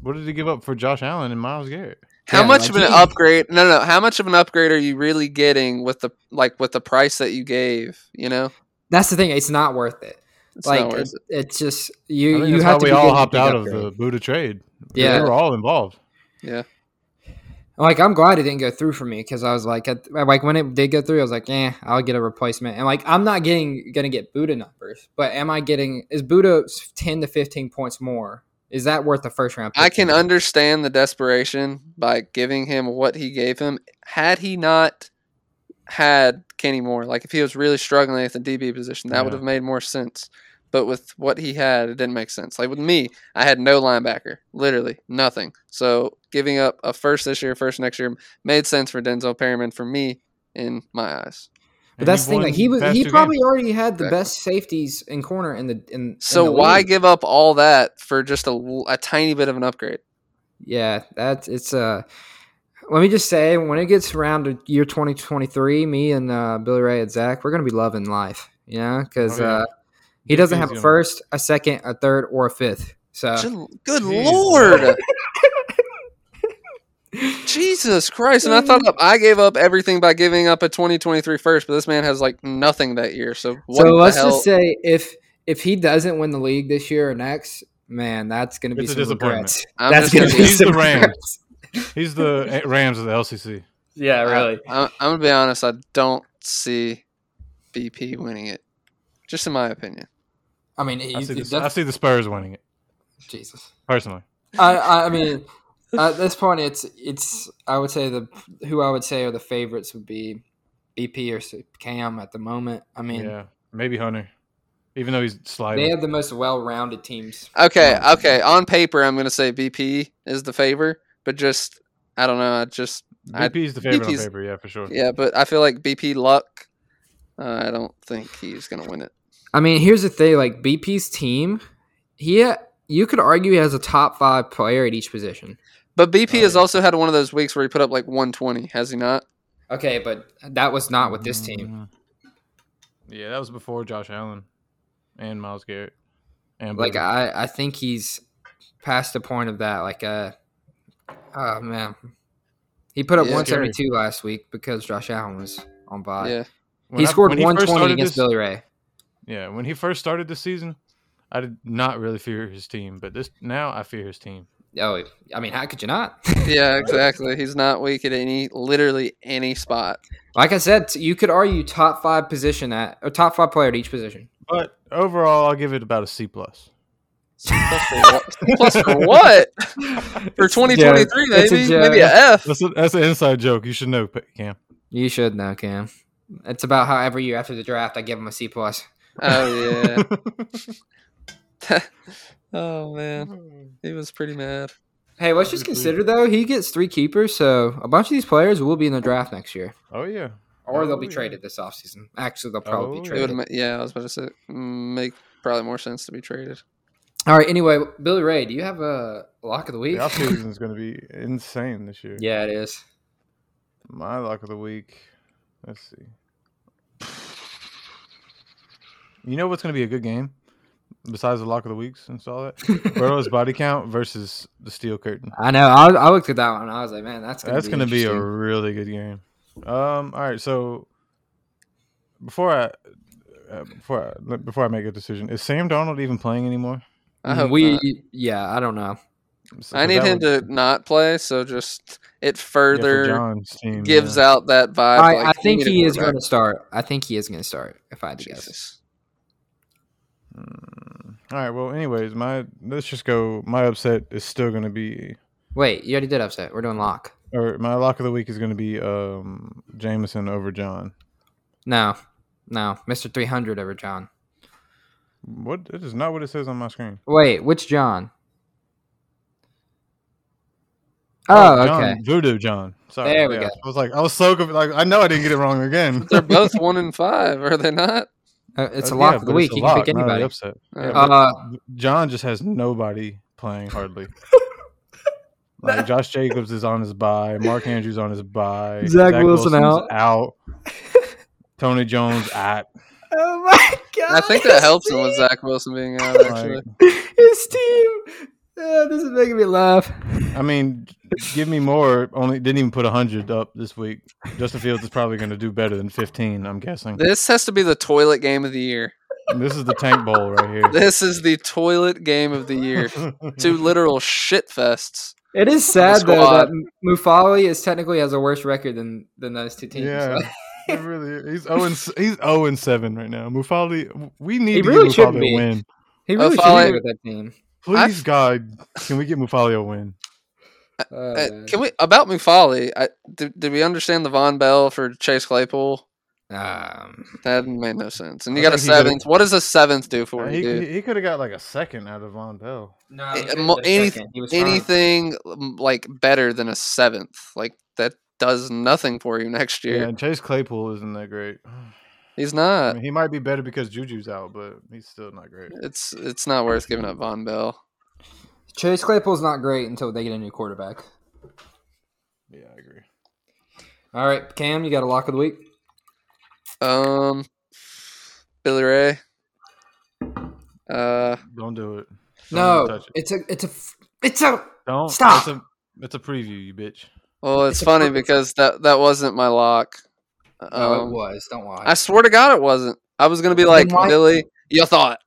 S3: What did he give up for Josh Allen and Miles Garrett?
S2: How
S1: Yeah,
S2: much
S1: like,
S2: of an
S1: he-
S2: upgrade? No, no. How much of an upgrade are you really getting with the like with the price that you gave? You know,
S1: That's the thing. It's not worth it.
S2: it's
S1: like
S2: not worth
S1: it- it's just
S3: I
S1: you.
S3: think
S1: you
S3: that's
S1: have
S3: how
S1: to
S3: we
S1: be
S3: all
S1: good to
S3: hopped
S1: pick
S3: out
S1: up
S3: of the Buddha trade.
S1: Yeah.
S3: we were all involved.
S2: it. Yeah.
S1: Like I'm glad it didn't go through for me because I was like, at, like when it did go through, I was like, eh, I'll get a replacement. And like I'm not getting gonna get Buddha numbers, but am I getting is Buddha ten to fifteen points more? Is that worth the first round?
S2: I
S1: pick to
S2: can
S1: me?
S2: understand the desperation by giving him what he gave him. Had he not had Kenny Moore, like if he was really struggling at the DB position, that would
S3: Yeah.
S2: have made more sense. But with what he had, it didn't make sense. Like with me, I had no linebacker, literally nothing. So giving up a first this year, first next year made sense for Denzel Perryman for me in my eyes.
S3: And
S1: But that's
S3: you've
S1: the thing.
S3: won
S1: Like he was,
S3: past
S1: he
S3: two
S1: probably
S3: games.
S1: already had the
S2: Exactly.
S1: best safeties in corner in the in. in
S2: So
S1: the
S2: why
S1: league.
S2: give up all that for just a, l- a tiny bit of an upgrade?
S1: Yeah, that's it's uh let me just say when it gets around to year 2023, me and uh, Billy Ray and Zach, we're gonna be loving life, you know, because
S3: Oh, yeah.
S1: uh, he doesn't have a
S3: Easy.
S1: first, a second, a third, or a fifth. So
S2: Good- Good
S3: Jesus.
S2: lord. Jesus Christ. And I thought up, I gave up everything by giving up a 2023 first, but this man has like nothing that year. So what
S1: so
S2: the
S1: let's
S2: hell?
S1: just say if if he doesn't win the league this year or next, man, that's gonna be
S3: It's a
S1: some
S3: disappointment.
S1: regrets.
S2: I'm
S1: that's
S2: just
S1: gonna
S2: gonna
S1: be
S2: be-
S3: He's the
S1: some
S3: Rams.
S1: regrets.
S3: He's the Rams of the LCC.
S1: Yeah, really.
S2: I, am going to be honest. I don't see BP winning it. Just in my opinion.
S1: I mean,
S3: I
S1: he's,
S3: see,
S1: he's
S3: the, I see the Spurs winning it
S1: def- Jesus.
S3: personally.
S1: I, I I mean, at this point, it's it's. I would say the who I would say are the favorites would be BP or S- Cam at the moment. I mean,
S3: yeah, maybe Hunter, even though he's sliding.
S1: they have the most well-rounded teams.
S2: Okay. Okay. On paper, I'm going to say BP is the favor, but just, I don't know. I just, I-
S3: BP's the favorite on
S2: BP's
S3: paper, yeah, for sure.
S2: yeah, but I feel like BP luck. Uh, I don't think he's going to win it.
S1: I mean, here's the thing: like BP's team, he ha- you could argue he has a top five player at each position.
S2: But BP
S3: Oh,
S2: has
S3: yeah.
S2: also had one of those weeks where he put up like 120, has he not?
S1: Okay, but that was not with this team.
S3: Mm. Mm-hmm. Yeah, that was before Josh Allen and Miles Garrett. And
S1: Like
S3: Booker.
S1: I, I think he's past the point of that. Like, uh, oh man, he put up
S2: Yeah.
S1: 172 last week because Josh Allen was on bye.
S2: Yeah.
S3: When
S1: He
S3: I-
S1: scored
S3: when first
S1: 120
S3: started
S1: against
S3: this-
S1: Billy Ray.
S3: Yeah, when he first started this season, I did not really fear his team, but this now I fear his team.
S1: Oh, I mean, how could you not?
S2: Yeah, exactly. He's not weak at any, literally any spot.
S1: like I said, you could argue top five position at or top five player at each position.
S3: But overall, I'll give it about a C plus.
S2: C Plus for what? C plus for what? For 2023,
S1: It's a
S2: maybe?
S1: joke.
S2: Maybe a F.
S3: That's a, that's an inside joke. You should know, P- Cam.
S1: You should know, Cam. It's about how every year after the draft, I give him a C plus.
S2: Oh, yeah. oh, man. He was pretty mad.
S1: Hey, let's just consider though he gets three keepers, so a bunch of these players will be in the draft next year,
S3: oh yeah.
S1: or they'll be
S3: Oh, yeah.
S1: traded this offseason. Actually, they'll probably
S3: Oh,
S1: be
S3: yeah.
S2: It
S1: traded.
S2: would, yeah, I was about to say, mm, make probably more sense to be traded.
S1: All right. Anyway, Billy Ray, do you have a lock of the week?
S3: The offseason is going to be insane this year.
S1: yeah, it is.
S3: My lock of the week. Let's see. You know what's going to be a good game besides the lock of the weeks and all that? Burrow's body count versus the steel curtain.
S1: I know. I, I looked at that one. and I was like, man, that's gonna
S3: That's
S1: be
S3: going to be a
S1: interesting.
S3: really good game. Um. All right. So before I uh, before I, before I make a decision, is Sam Donald even playing anymore?
S2: I hope
S1: Mm, we
S2: not.
S1: yeah. I don't know.
S3: So-
S2: I
S3: 'cause
S2: need
S3: that
S2: him
S3: would-
S2: to not play, so just it
S3: yeah, for
S2: further
S3: John's team,
S2: gives
S3: yeah.
S2: out that vibe.
S1: I,
S2: like,
S1: I think
S2: need a
S1: he is going
S2: quarterback.
S1: to start. I think he is going to start. If I had to guess,
S2: Jesus.
S3: Mm. All right. Well, anyways, my let's just go. My upset is still going to be,
S1: wait, you already did upset. We're doing lock.
S3: or my lock of the week is going to be um Jameson over John.
S1: No, no, Mister Three Hundred over John.
S3: What? That is not what it says on my screen.
S1: Wait, which John? Oh,
S3: John,
S1: okay.
S3: Voodoo John. Sorry.
S1: There we go.
S3: I was like, I was so conf- like, I know I didn't get it wrong again.
S2: They're both one and five, are they not?
S1: Uh, It's a
S3: Uh,
S1: lock
S3: yeah,
S1: of the
S3: but
S1: week.
S3: it's a
S1: You can pick
S3: lock, not an
S1: anybody.
S3: Upset.
S2: Uh,
S3: Yeah, but
S1: Uh,
S3: John just has nobody playing hardly. like Josh Jacobs is on his bye. Mark Andrews on his bye.
S1: Zach Wilson
S3: Wilson's out. Tony Jones out.
S1: oh my god!
S2: I think that helps uh, him with Zach Wilson being out. Actually,
S3: Like,
S1: His team. Uh, this is making me laugh.
S3: I mean, give me more. Only didn't even put hundred up this week. Justin Fields is probably going to do better than fifteen. I'm guessing.
S2: this has to be the toilet game of the year.
S3: This is the tank bowl right here.
S2: This is the toilet game of the year. Two literal shit fests.
S1: It is sad though
S2: squad.
S1: that M- Mufali is technically has a worse record than than those two teams.
S3: yeah, it really. Is. He's zero and s- he's zero and seven right now. Mufali, we need
S1: He
S3: to
S1: really
S3: get
S1: shouldn't
S3: Mufali
S1: be.
S3: a win.
S1: he really
S2: Mufali-
S1: should be with that team.
S3: Please, God, can we get Mufali a win?
S1: Oh,
S2: Uh,
S1: man.
S2: can we about Mufali? I, did, did we understand the Von Bell for Chase Claypool?
S1: Um,
S2: That made no sense. And
S3: I
S2: you got a
S3: think he could've-
S2: seventh. What does a seventh do for you?
S3: he
S2: dude?
S3: he, could have got like a second out of Von Bell.
S1: no,
S2: um, he Eh, was mo- good at anyth- He was anything like better than a seventh. Like that does nothing for you next year.
S3: Yeah, and Chase Claypool isn't that great.
S2: He's
S3: I
S2: not.
S3: mean, he might be better because Juju's out, but he's still not great.
S2: It's it's not worth giving up Von Bell.
S1: Chase Claypool's not great until they get a new quarterback.
S3: Yeah, I agree.
S1: All right, Cam, you got a lock of the week.
S2: Um, Billy Ray. Uh,
S3: Don't do it. Don't even
S1: No,
S3: touch it.
S1: it's a it's a f- it's a
S3: Don't
S1: Stop.
S3: It's a, it's a preview, you bitch.
S2: well, it's
S1: It's a
S2: funny
S1: perfect-
S2: because that that wasn't my lock.
S1: Oh, it
S2: Um,
S1: was. Don't lie.
S2: I swear to God, it wasn't. I was gonna be like
S1: why-
S2: Billy. You thought,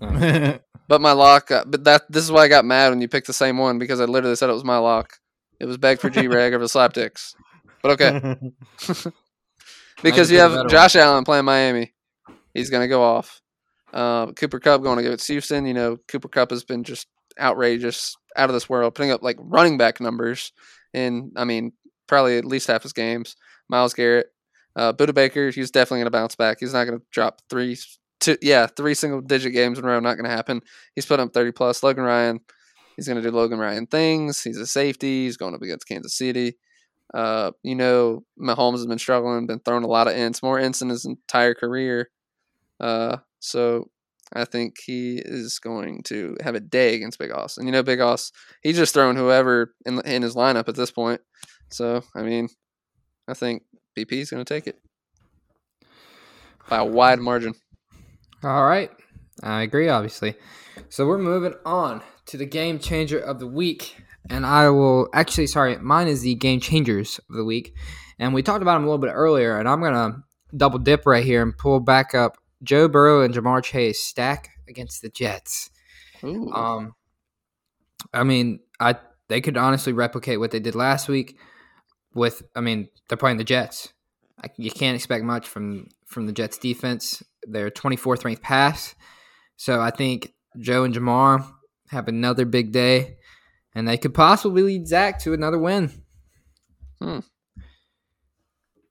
S3: yeah,
S2: but my lock. uh, But that this is why I got mad when you picked the same one because I literally said it was my lock. It was Beg for G Rag over Slapdicks. But okay, because
S1: Maybe
S2: you
S1: get a better
S2: have Josh Allen playing Miami. He's going to go off. Uh, Cooper Cup going to go against Houston. You know, Cooper Cup has been just outrageous, out of this world, putting up like running back numbers in, I mean, probably at least half his games. Miles Garrett, uh, Buda Baker, he's definitely going to bounce back. He's not going to drop three, two, yeah, three single digit games in a row. Not going to happen. He's putting up 30 plus. Logan Ryan, he's going to do Logan Ryan things. He's a safety. He's going up against Kansas City. Uh, you know, Mahomes has been struggling, been throwing a lot of ints, more ints in his entire career. Uh, so I think he is going to have a day against Big Oss. And you know, Big Oss, he's just throwing whoever in, in his lineup at this point. So, I mean, I think BP is going to take it by a wide margin.
S1: All right. I agree, obviously. So we're moving on to the game changer of the week. And I will actually, sorry, mine is the game changers of the week. And we talked about them a little bit earlier. And I'm going to double dip right here and pull back up Joe Burrow and Jamar Chase stack against the Jets.
S2: Ooh.
S1: Um, I mean, I they could honestly replicate what they did last week. With, I mean, they're playing the Jets. I, you can't expect much from from the Jets defense. They're twenty fourth ranked pass, so I think Joe and Jamar have another big day, and they could possibly lead Zach to another win.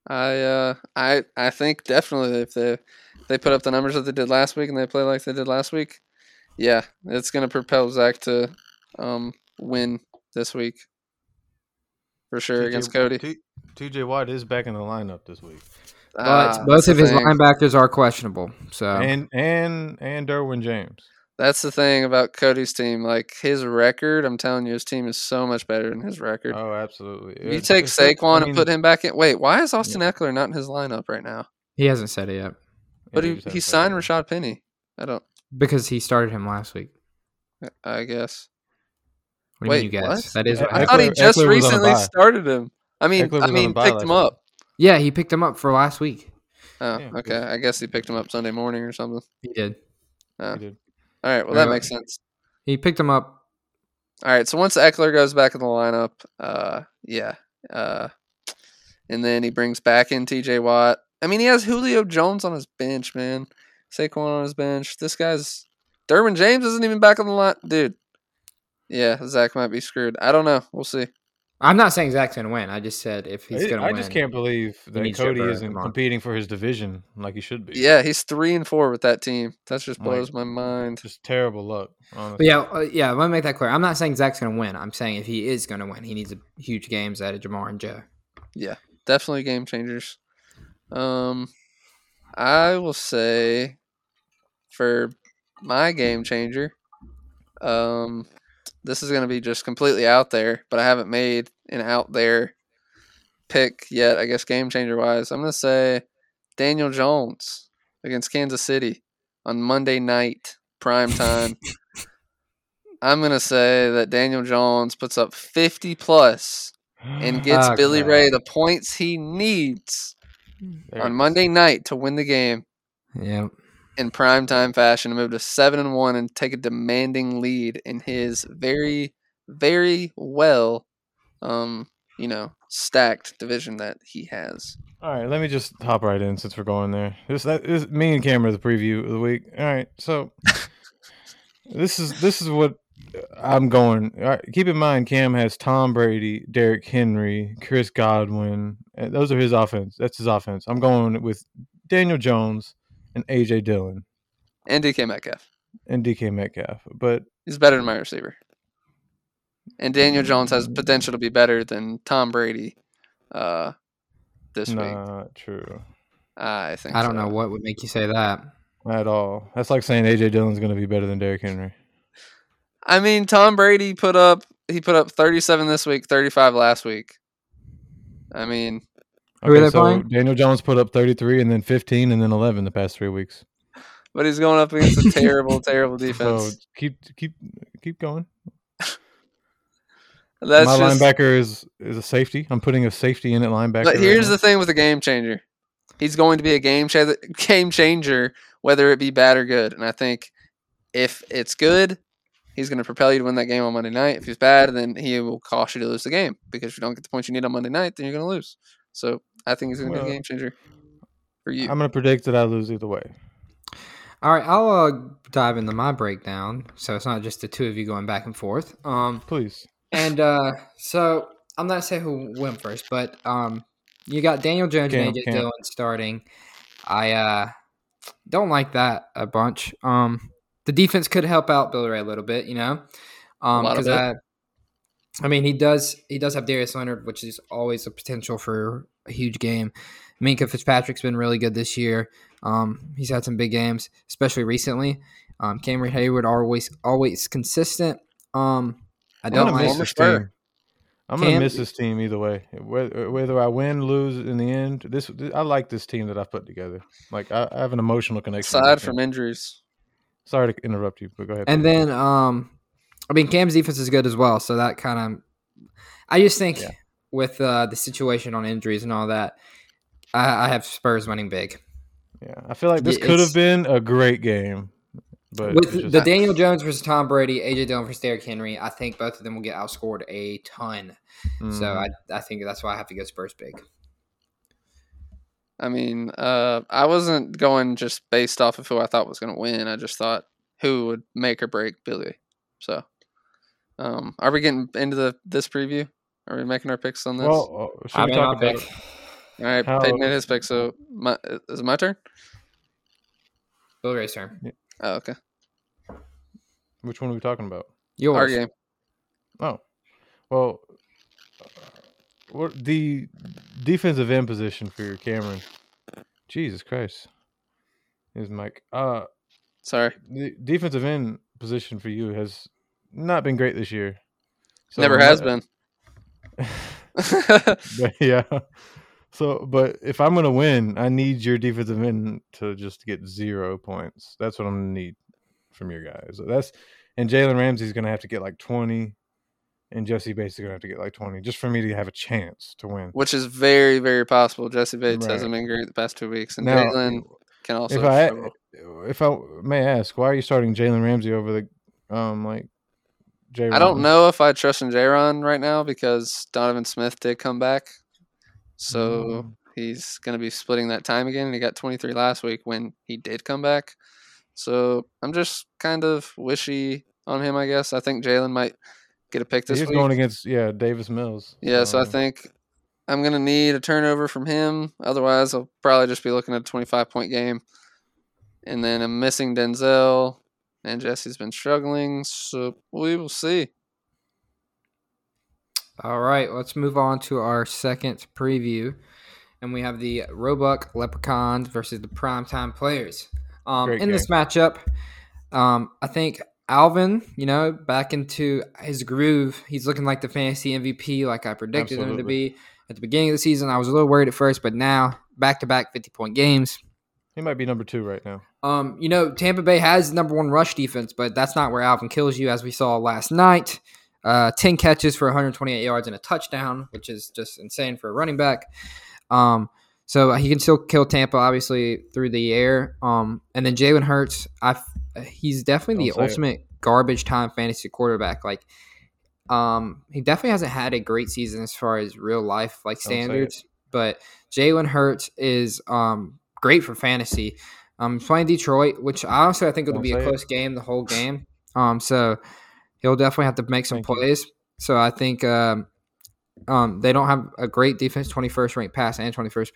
S2: I uh I I think definitely if they they put up the numbers that they did last week and they play like they did last week, yeah, it's gonna propel Zach to um win this week. For sure against Cody.
S3: T- TJ Watt is back in the lineup this week,
S1: But
S2: Ah,
S1: both
S2: that's
S1: of
S2: the
S1: his
S2: thing.
S1: linebackers are questionable, so
S3: and and and Derwin James.
S2: That's the thing about Cody's team. Like his record, I'm telling you, his team is so much better than his record.
S3: Oh, absolutely.
S2: you take Saquon and put him back in. Wait, why is Austin
S1: Yeah.
S2: Eckler not in his lineup right now?
S1: he hasn't said it yet
S2: But he, he signed Rashad Penny. I don't.
S1: because he started him last week.
S2: I guess.
S1: What do you mean
S2: Wait,
S1: you guys?
S2: what?
S1: That is
S3: I-
S2: I thought he
S3: Eckler-
S2: just
S3: Eckler was on a
S2: recently
S3: bye.
S2: started him. I mean,
S3: Eckler was
S2: I
S3: on a
S2: mean,
S3: bye
S2: picked
S3: last
S2: him
S3: week.
S2: up.
S1: yeah, he picked him up for last week.
S2: Oh,
S3: Yeah,
S2: okay.
S3: good.
S2: I guess he picked him up Sunday morning or something.
S1: He did.
S2: Oh.
S3: did.
S2: All right. Well, that
S1: Yeah.
S2: makes sense.
S1: He picked him up
S2: All right. So once Eckler goes back in the lineup, uh, yeah, uh, and then he brings back in T.J. Watt. I mean, he has Julio Jones on his bench, man. Saquon on his bench. This guy's Derwin James isn't even back on the line, dude. Yeah, Zach might be screwed. I don't know. We'll see.
S1: I'm not saying Zach's gonna win. I just said if he's
S3: I,
S1: gonna
S3: I
S1: win.
S3: just can't believe that
S1: needs Joe
S3: Cody
S1: Burrow,
S3: isn't
S1: come on.
S3: competing for his division like he should be.
S2: Yeah, he's three and four with that team. That just
S3: Mike.
S2: blows my mind.
S3: just terrible luck.
S1: But
S3: Honestly.
S1: yeah, uh, yeah. Let me make that clear. I'm not saying Zach's gonna win. I'm saying if he is gonna win, he needs a huge games out of Jamar and Joe.
S2: definitely game changers. Um, I will say for my game changer, um, this is going to be just completely out there, but I haven't made an out there pick yet. I guess game changer wise, I'm going to say Daniel Jones against Kansas City on Monday night prime time. I'm going to say that Daniel Jones puts up 50 plus and gets
S1: Ah,
S2: Billy
S1: crap.
S2: Ray the points he needs
S3: There it
S2: on
S3: is.
S2: Monday night to win the game
S1: Yeah.
S2: in primetime fashion and move to seven and one and take a demanding lead in his very, very well, um, you know, stacked division that he has.
S3: All right, let me just hop right in since we're going there. This, that, this me and Cam are the preview of the week. All right, so this is this is what I'm going. All right, keep in mind, Cam has Tom Brady, Derrick Henry, Chris Godwin. Uh, Those are his offense. That's his offense. I'm going with Daniel Jones and AJ Dillon
S2: And DK Metcalf,
S3: and DK Metcalf. But
S2: he's better than my receiver. And Daniel Jones has potential to be better than Tom Brady, uh, this week.
S3: Not true
S2: I think
S1: I don't
S2: so.
S1: know what would make you say that.
S3: at all. That's like saying AJ Dillon's going to be better than Derrick Henry.
S2: I mean, Tom Brady put up he put up 37 this week, 35 last week. I mean,
S1: Who are they playing?
S3: Daniel Jones put up 33 and then 15 and then 11 the past three weeks.
S2: but he's going up against a terrible, terrible defense.
S3: So keep keep keep going.
S2: That's
S3: My
S2: just.
S3: linebacker is is a safety. I'm putting a safety in at linebacker.
S2: but here's the thing with the game changer. He's going to be a game cha- game changer, whether it be bad or good. And I think if it's good, he's going to propel you to win that game on Monday night. If he's bad, then he will cause you to lose the game because if you don't get the points you need on Monday night, then you're going to lose. So I think he's going to be
S3: Well,
S2: a game changer for you.
S3: I'm going to predict that I lose either way.
S1: All right, I'll uh, dive into my breakdown, so it's not just the two of you going back and forth. Um,
S3: Please.
S1: and uh, so I'm not saying who went first, but um, you got Daniel Jones
S3: Cam,
S1: and AJ
S3: Cam.
S1: Dillon starting. I uh, don't like that a bunch. Um, the defense could help out Bill Ray a little bit, you know, um,
S2: lot of
S1: because
S2: it.
S1: I, I mean, he does he does have Darius Leonard, which is always a potential for a huge game. Minka Fitzpatrick's been really good this year. Um, he's had some big games, especially recently. Um, Cameron Hayward always always consistent. Um, I
S2: I'm
S1: don't
S2: gonna
S1: like
S2: miss
S3: miss this
S2: Spur.
S3: team. I'm going to
S1: Cam-
S3: miss this team either way. Whether, whether I win, lose in the end, this I like this team that I've put together. Like I, I have an emotional connection. with
S2: Aside
S3: this team.
S2: from injuries,
S3: Sorry to interrupt you, but go ahead.
S1: And then, um, I mean, Cam's defense is good as well. So that kind of, I just think
S3: Yeah.
S1: with uh, the situation on injuries and all that, I, I have Spurs winning big.
S3: yeah, I feel like this
S1: Yeah,
S3: could
S1: it's-
S3: have been a great game, but
S1: with
S3: it's just-
S1: the Daniel Jones versus Tom Brady, AJ Dillon versus Derrick Henry, I think both of them will get outscored a ton.
S3: Mm.
S1: So I, I think that's why I have to go Spurs big.
S2: I mean, uh, I wasn't going just based off of who I thought was going to win. I just thought who would make or break Billy. So, um, are we getting into the this preview? Are we making our picks on this?
S3: well, uh, should
S1: I'm
S3: we
S1: in
S3: talk
S1: my
S3: about
S1: pick.
S3: it?
S2: All right,
S3: how-
S2: Peyton made his pick. So, my, is it my turn?
S1: Bill Ray's turn.
S2: Oh, okay.
S3: Which one are we talking about?
S1: Yours.
S2: Our game.
S3: Oh, well, uh, what the defensive end position for your Cameron? Jesus Christ, is Mike. Uh,
S2: Sorry,
S3: the defensive end position for you has not been great this year. So
S2: never
S3: I'm
S2: has
S3: not-
S2: been.
S3: But yeah. So, but if I'm gonna win, I need your defensive end to just get zero points. That's what I'm gonna need from your guys. So that's and Jalen Ramsey's gonna have to get like 20, and Jesse Bates is gonna have to get like 20 just for me to have a chance to win.
S2: Which is very, very possible. Jesse Bates
S3: Right.
S2: hasn't been great the past two weeks, and
S3: Now,
S2: Jalen can also.
S3: if I
S2: struggle.
S3: if I may ask, why are you starting Jalen Ramsey over the um like? Mm-hmm. J.
S2: I don't
S3: Ron?
S2: know if I trust in Jaron right now because Donovan Smith did come back. So
S3: Mm.
S2: he's going to be splitting that time again. And he got 23 last week when he did come back. So I'm just kind of wishy on him, I guess. I think Jalen might get a pick this
S3: He's
S2: week.
S3: going against yeah Davis Mills.
S2: yeah, so I think I'm going to need a turnover from him. Otherwise, I'll probably just be looking at a 25 point game. And then I'm missing Denzel. And Jesse's been struggling. So we will see.
S1: All right, let's move on to our second preview. And we have the Roebuck Leprechauns versus the Primetime Players. Um, in
S3: Great
S1: this matchup, um, I think Alvin, you know, back into his groove. He's looking like the fantasy MVP, like I predicted him to
S3: Absolutely.
S1: be at the beginning of the season. I was a little worried at first, but now back to back 50 point games.
S3: he might be number two right now.
S1: Um, you know, Tampa Bay has number one rush defense, but that's not where Alvin kills you, as we saw last night. Uh, 10 catches for 128 yards and a touchdown, which is just insane for a running back. Um, so he can still kill Tampa, obviously, through the air. Um, and then Jalen Hurts, I, he's definitely
S3: Don't
S1: the
S3: say it.
S1: ultimate garbage time fantasy quarterback. Like, um, he definitely hasn't had a great season as far as real life like
S3: say it.
S1: standards, but Jalen Hurts is um great for fantasy. Um, he's playing Detroit, which I honestly I think it'll
S3: Don't
S1: be a
S3: say it.
S1: close game the whole game. Um, so he'll definitely have to make some
S3: Thank you.
S1: plays. So I think um, um, they don't have a great defense, twenty first ranked pass and twenty first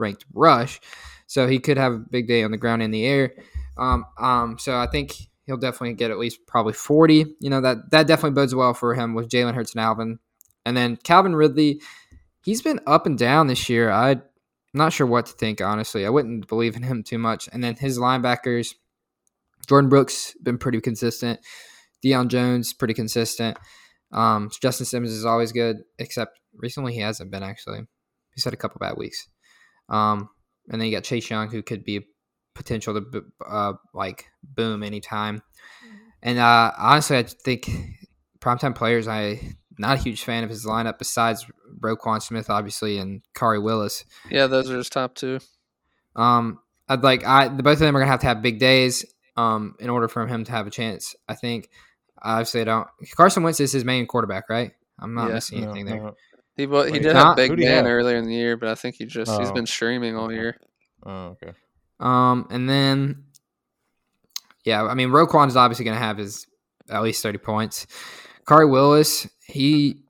S1: ranked rush. So he could have a big day on the ground in the air. Um, um, so I think he'll definitely get at least probably 40. You know, that that definitely bodes well for him with Jalen Hurts and Alvin. And then Calvin Ridley, he's been up and down this year. I'm not sure what to think, honestly. I wouldn't believe in him too much. And then his linebackers, Jordan Brooks, been pretty consistent. Deion Jones, pretty consistent. Um, Justin Simmons is always good, except recently he hasn't been actually. He's had a couple bad weeks. Um, and then you got Chase Young, who could be potential to b- uh, like boom anytime. And uh, honestly, I think primetime players, I not a huge fan of his lineup besides Roquan Smith, obviously, and Kari Willis.
S2: Yeah, those are his top two.
S1: Um, I'd like I the both of them are gonna have to have big days um in order for him to have a chance. I think obviously I don't Carson Wentz is his main quarterback, right? I'm not
S2: Yeah.
S1: missing
S3: No,
S1: anything there.
S3: no.
S2: He bo- he
S3: Wait,
S2: did
S1: not-
S2: have Big
S3: who do you
S2: Dan
S3: have?
S2: earlier in the year, but I think he just he's
S3: Oh.
S2: been streaming all year.
S3: Oh, okay.
S1: Um, and then, yeah, I mean, Roquan is obviously going to have his at least 30 points. Kari Willis, he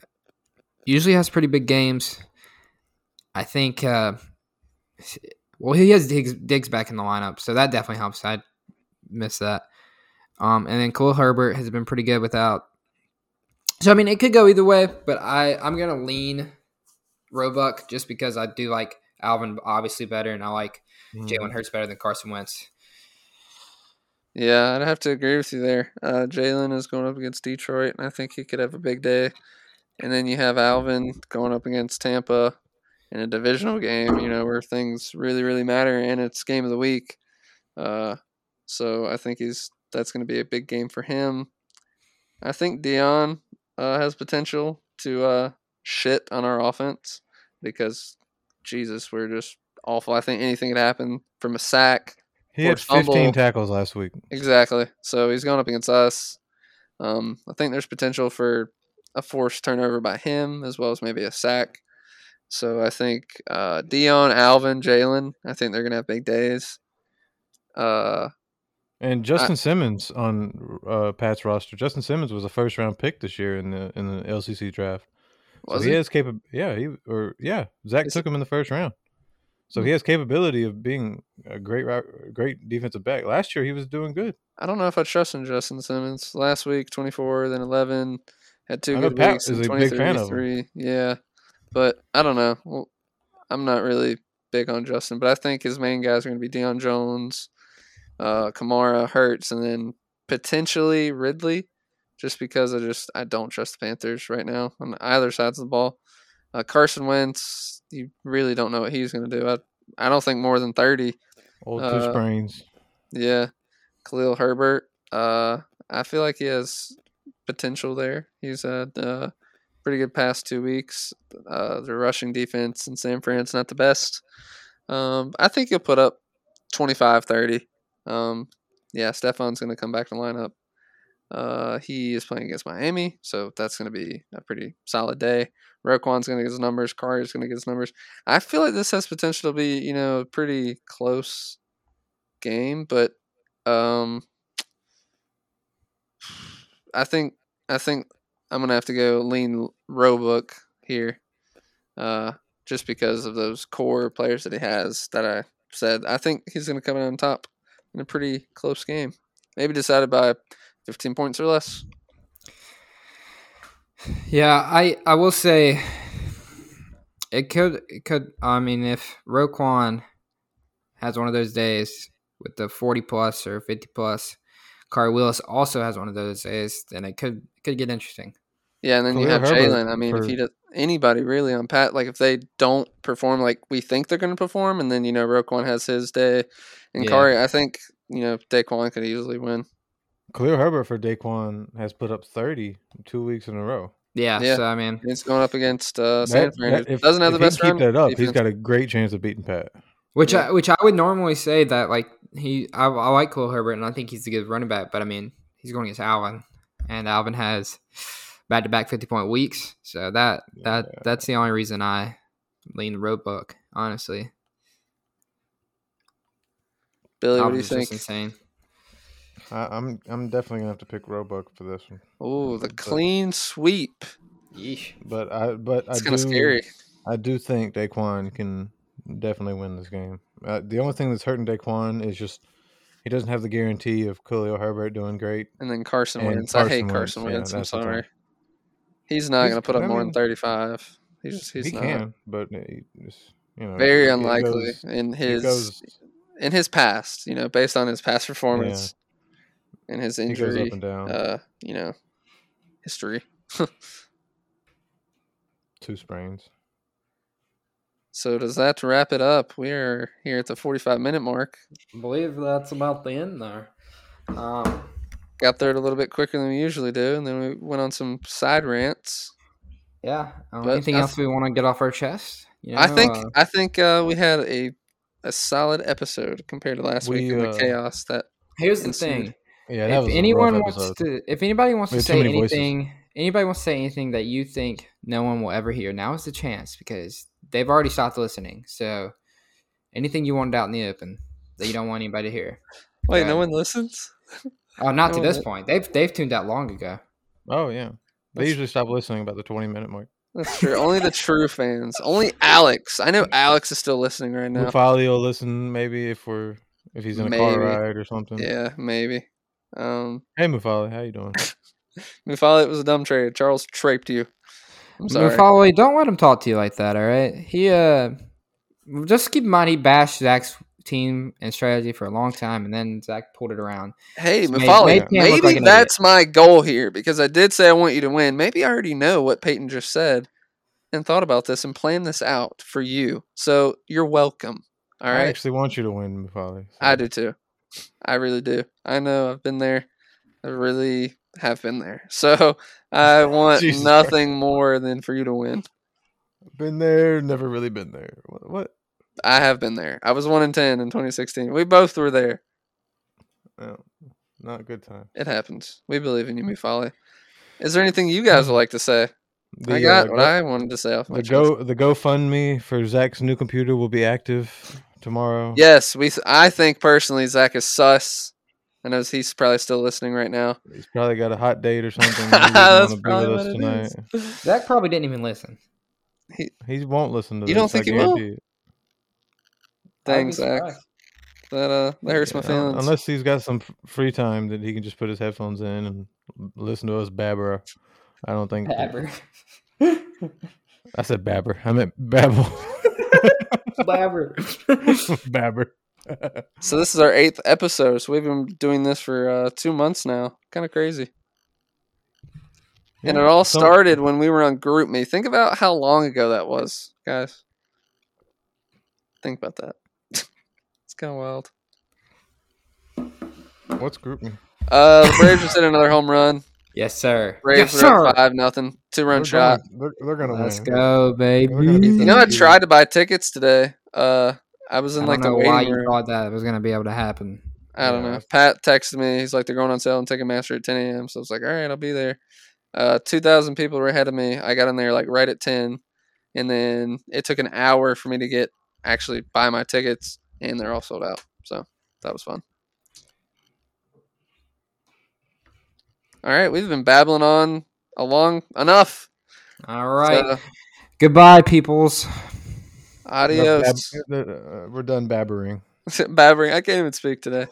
S1: usually has pretty big games. I think, uh, well, he has Diggs, Diggs back in the lineup, so that definitely helps. I miss that. Um, and then Khalil Herbert has been pretty good without. So, I mean, it could go either way, but I, I'm going to lean Roebuck just because I do like Alvin obviously better, and I like Jalen Hurts better than Carson Wentz.
S2: Yeah, I'd have to agree with you there. Uh, Jalen is going up against Detroit, and I think he could have a big day. And then you have Alvin going up against Tampa in a divisional game, you know, where things really, really matter, and it's game of the week. Uh, so I think he's that's going to be a big game for him. I think Dion uh, has potential to uh, shit on our offense because Jesus, we're just awful. I think anything could happen from a sack
S3: He
S2: Or
S3: had 15
S2: fumble.
S3: tackles last week.
S2: Exactly. So he's going up against us. Um, I think there's potential for a forced turnover by him as well as maybe a sack. So I think uh, Dion, Alvin, Jalen. I think they're gonna have big days. Uh,
S3: And Justin Simmons on uh, Pat's roster. Justin Simmons was a first round pick this year in the in the LCC draft. So
S2: was
S3: he
S2: it?
S3: has capable. Yeah, he or yeah, Zach
S2: Is Hmm.
S3: took him in the first round. So he has capability of being a great ri- great defensive back. Last year he was doing good.
S2: I don't know if I trust in Justin Simmons. Last week, 24, then 11, had two
S3: I know
S2: good
S3: Pat
S2: weeks.
S3: is
S2: and
S3: a big fan of him.
S2: 23. Yeah, but I don't know. Well, I'm not really big on Justin, but I think his main guys are going to be Deion Jones, uh, Kamara, Hurts, and then potentially Ridley, just because I just I don't trust the Panthers right now on either sides of the ball. Uh, Carson Wentz, you really don't know what he's going to do. I I don't think more than 30.
S3: Old two
S2: Uh,
S3: sprains.
S2: Yeah, Khalil Herbert. Uh, I feel like he has potential there. He's had uh, pretty good past two weeks. Uh, the rushing defense in San Fran's not the best. Um, I think he'll put up 25, 30. Um, yeah, Stefan's going to come back to lineup. Uh, he is playing against Miami, so that's going to be a pretty solid day. Roquan's going to get his numbers. Carr's going to get his numbers. I feel like this has potential to be, you know, a pretty close game, but um, I think I think I'm gonna have to go lean Roebuck here, uh, just because of those core players that he has that I said. I think he's gonna come in on top in a pretty close game, maybe decided by 15 points or less.
S1: Yeah, I I will say it could it could I mean if Roquan has one of those days with the 40 plus or 50 plus, Car Willis also has one of those days, then it could could get interesting.
S2: Yeah, and then you
S3: Khalil
S2: have
S3: Herbert
S2: Jalen. I mean, if
S3: for-
S2: he does anybody really on Pat, like if they don't perform like we think they're going to perform, and then you know Roquan has his day, and
S1: Yeah.
S2: Kari, I think you know Daquan could easily win.
S3: Khalil Herbert for Daquan has put up 30 two weeks in a row.
S1: Yeah,
S2: Yeah.
S1: so I mean,
S2: He's going up against uh, San
S3: That-
S2: Fran.
S3: that- if-
S2: Doesn't have the
S3: if he
S2: best
S3: can
S2: run
S3: keep that up, he's
S2: defense.
S3: got a great chance of beating Pat.
S1: which
S2: Yeah.
S1: I which I would normally say that like he I, I like Cole Herbert and I think he's a good running back, but I mean he's going against Alvin, and Alvin has back to back 50 point weeks, so that that that's the only reason I lean Roebuck, honestly.
S2: Billy, what do you
S1: Alvin's just
S2: think?
S1: insane.
S3: I, I'm I'm definitely gonna have to pick Roebuck for this one.
S2: Oh, the
S3: But-
S2: clean sweep.
S3: But I but
S2: That's
S3: I
S2: kind of
S3: do-
S2: scary.
S3: I do think Daquan can definitely win this game. Uh, the only thing that's hurting Daquan is just he doesn't have the guarantee of Khalil Herbert doing great.
S2: And then Carson
S3: And
S2: Wentz. I hate
S3: Carson Wentz,
S2: Carson
S3: yeah,
S2: Wentz. I'm
S3: that's the thing.
S2: sorry. He's not
S3: He's-
S2: going to put up
S3: I
S2: more than
S3: mean-
S2: 35. He's just he's
S3: he
S2: not
S3: can, but he, it's, you know,
S2: very
S3: it
S2: unlikely
S3: goes-
S2: in
S3: it
S2: his
S3: goes-
S2: in his past. You know, based on his past performance and his
S3: he goes
S2: injury,
S3: up and down.
S2: uh, you know, history.
S3: two sprains.
S2: So does that wrap it up? We are here at the forty-five minute mark.
S1: I believe that's about the end there. Um,
S2: Got there a little bit quicker than we usually do, and then we went on some side rants.
S1: yeah. Um,
S2: But
S1: anything
S2: I
S1: else we want to get off our chest? You
S2: I
S1: know,
S2: think
S1: uh,
S2: I think uh, we had a a solid episode compared to last week
S3: We,
S2: and the
S3: uh,
S2: chaos that
S1: here's the
S2: it's weird.
S1: thing.
S3: Yeah, that
S1: if
S3: was a rough
S1: anyone wants
S3: episode.
S1: to if anybody wants
S3: We
S1: to
S3: had too
S1: say
S3: many voices.
S1: anything anybody wants to say anything that you think no one will ever hear now is the chance because they've already stopped listening so anything you wanted out in the open that you don't want anybody to hear
S2: wait,
S1: Yeah.
S2: no one listens.
S1: oh not to
S2: No,
S1: this
S2: that-
S1: point they've they've tuned out long ago
S3: Oh yeah, they
S2: That's-
S3: usually stop listening about the twenty minute mark.
S2: That's true. Only the true fans. Only Alex. I know Alex is still listening right now.
S3: Mufali will listen maybe if we're if he's in a car
S2: Maybe.
S3: ride or something.
S2: Yeah, maybe. Um,
S3: Hey Mufali, how you doing?
S2: Mufali, it was a dumb trade. Charles traped you. I'm sorry.
S1: Mufali, don't let him talk to you like that all right he uh just keep in mind he bashed zach's team and strategy for a long time and then zach pulled it around
S2: Hey,
S1: made-
S2: Mufali,
S1: made Cam look
S2: maybe
S1: like an
S2: that's my goal here because I did say I want you to win. Maybe I already know what Peyton just said and thought about this and planned this out for you. So you're welcome. All
S3: I
S2: right.
S3: actually want you to win, Mufali.
S2: I
S3: so-
S2: do too. I really do. I know I've been there. I really have been there. So I want
S3: Jesus Christ.
S2: nothing more than for you to win.
S3: Been there, never really been there. What? what?
S2: I have been there. I was one in ten in 2016. We both were there.
S3: No, not a good time.
S2: It happens. We believe in you, Mufali. Is there anything you guys would like to say? I got what
S3: go-
S2: I wanted to say off my
S3: uh, the
S2: chest.
S3: go the GoFundMe for Zach's new computer will be active tomorrow.
S2: Yes, we. I think personally, Zach is sus. I know he's probably still listening right now.
S3: he's probably got a hot date or something. He
S2: That's
S3: doesn't wanna
S2: probably what it is.
S1: zach probably didn't even listen
S3: He won't listen to
S2: You
S3: this,
S2: don't think
S3: I
S2: he will?
S3: guarantee it.
S1: I'd be
S2: Thanks, Zach.
S1: surprised.
S2: That uh, that hurts my
S3: Yeah, un-
S2: feelings.
S3: Unless he's got some f- free time that he can just put his headphones in and l- listen to us babber. I don't think
S1: Ever.
S3: I said babber. I meant babble.
S1: Blabber.
S3: babber.
S2: So this is our eighth episode. So we've been doing this for uh, two months now. Kind of crazy. and it
S3: Yeah,
S2: all
S3: some-
S2: started when we were on Group Me. Think about how long ago that was, guys. Think about that. it's kind of wild.
S3: What's grouping?
S2: Uh, the Braves just hit another home run.
S1: yes, sir.
S2: Braves
S1: yes,
S2: are
S1: sir.
S2: up five nothing. Two run shot.
S3: They're, they're gonna
S1: Let's
S3: win.
S1: go, baby.
S3: gonna beat
S2: You
S3: them.
S2: know, I
S3: Dude.
S2: tried to buy tickets today. Uh, I was
S1: I
S2: in
S1: don't
S2: like the
S1: know why
S2: waiting
S1: you
S2: room.
S1: thought that was going to be able to happen.
S2: I don't
S3: Yeah,
S2: know.
S3: I've-
S2: Pat texted me. He's like, they're going on sale and taking master at 10 a.m. So I was like, all right, I'll be there. Uh, 2,000 people were ahead of me. I got in there like right at 10. And then it took an hour for me to get actually buy my tickets, and they're all sold out. So that was fun. All right, we've been babbling on along enough.
S1: All right.
S2: So,
S1: Goodbye, peoples.
S3: Enough
S2: adios.
S3: bab- uh, we're done babbering.
S2: Babbering. I can't even speak today.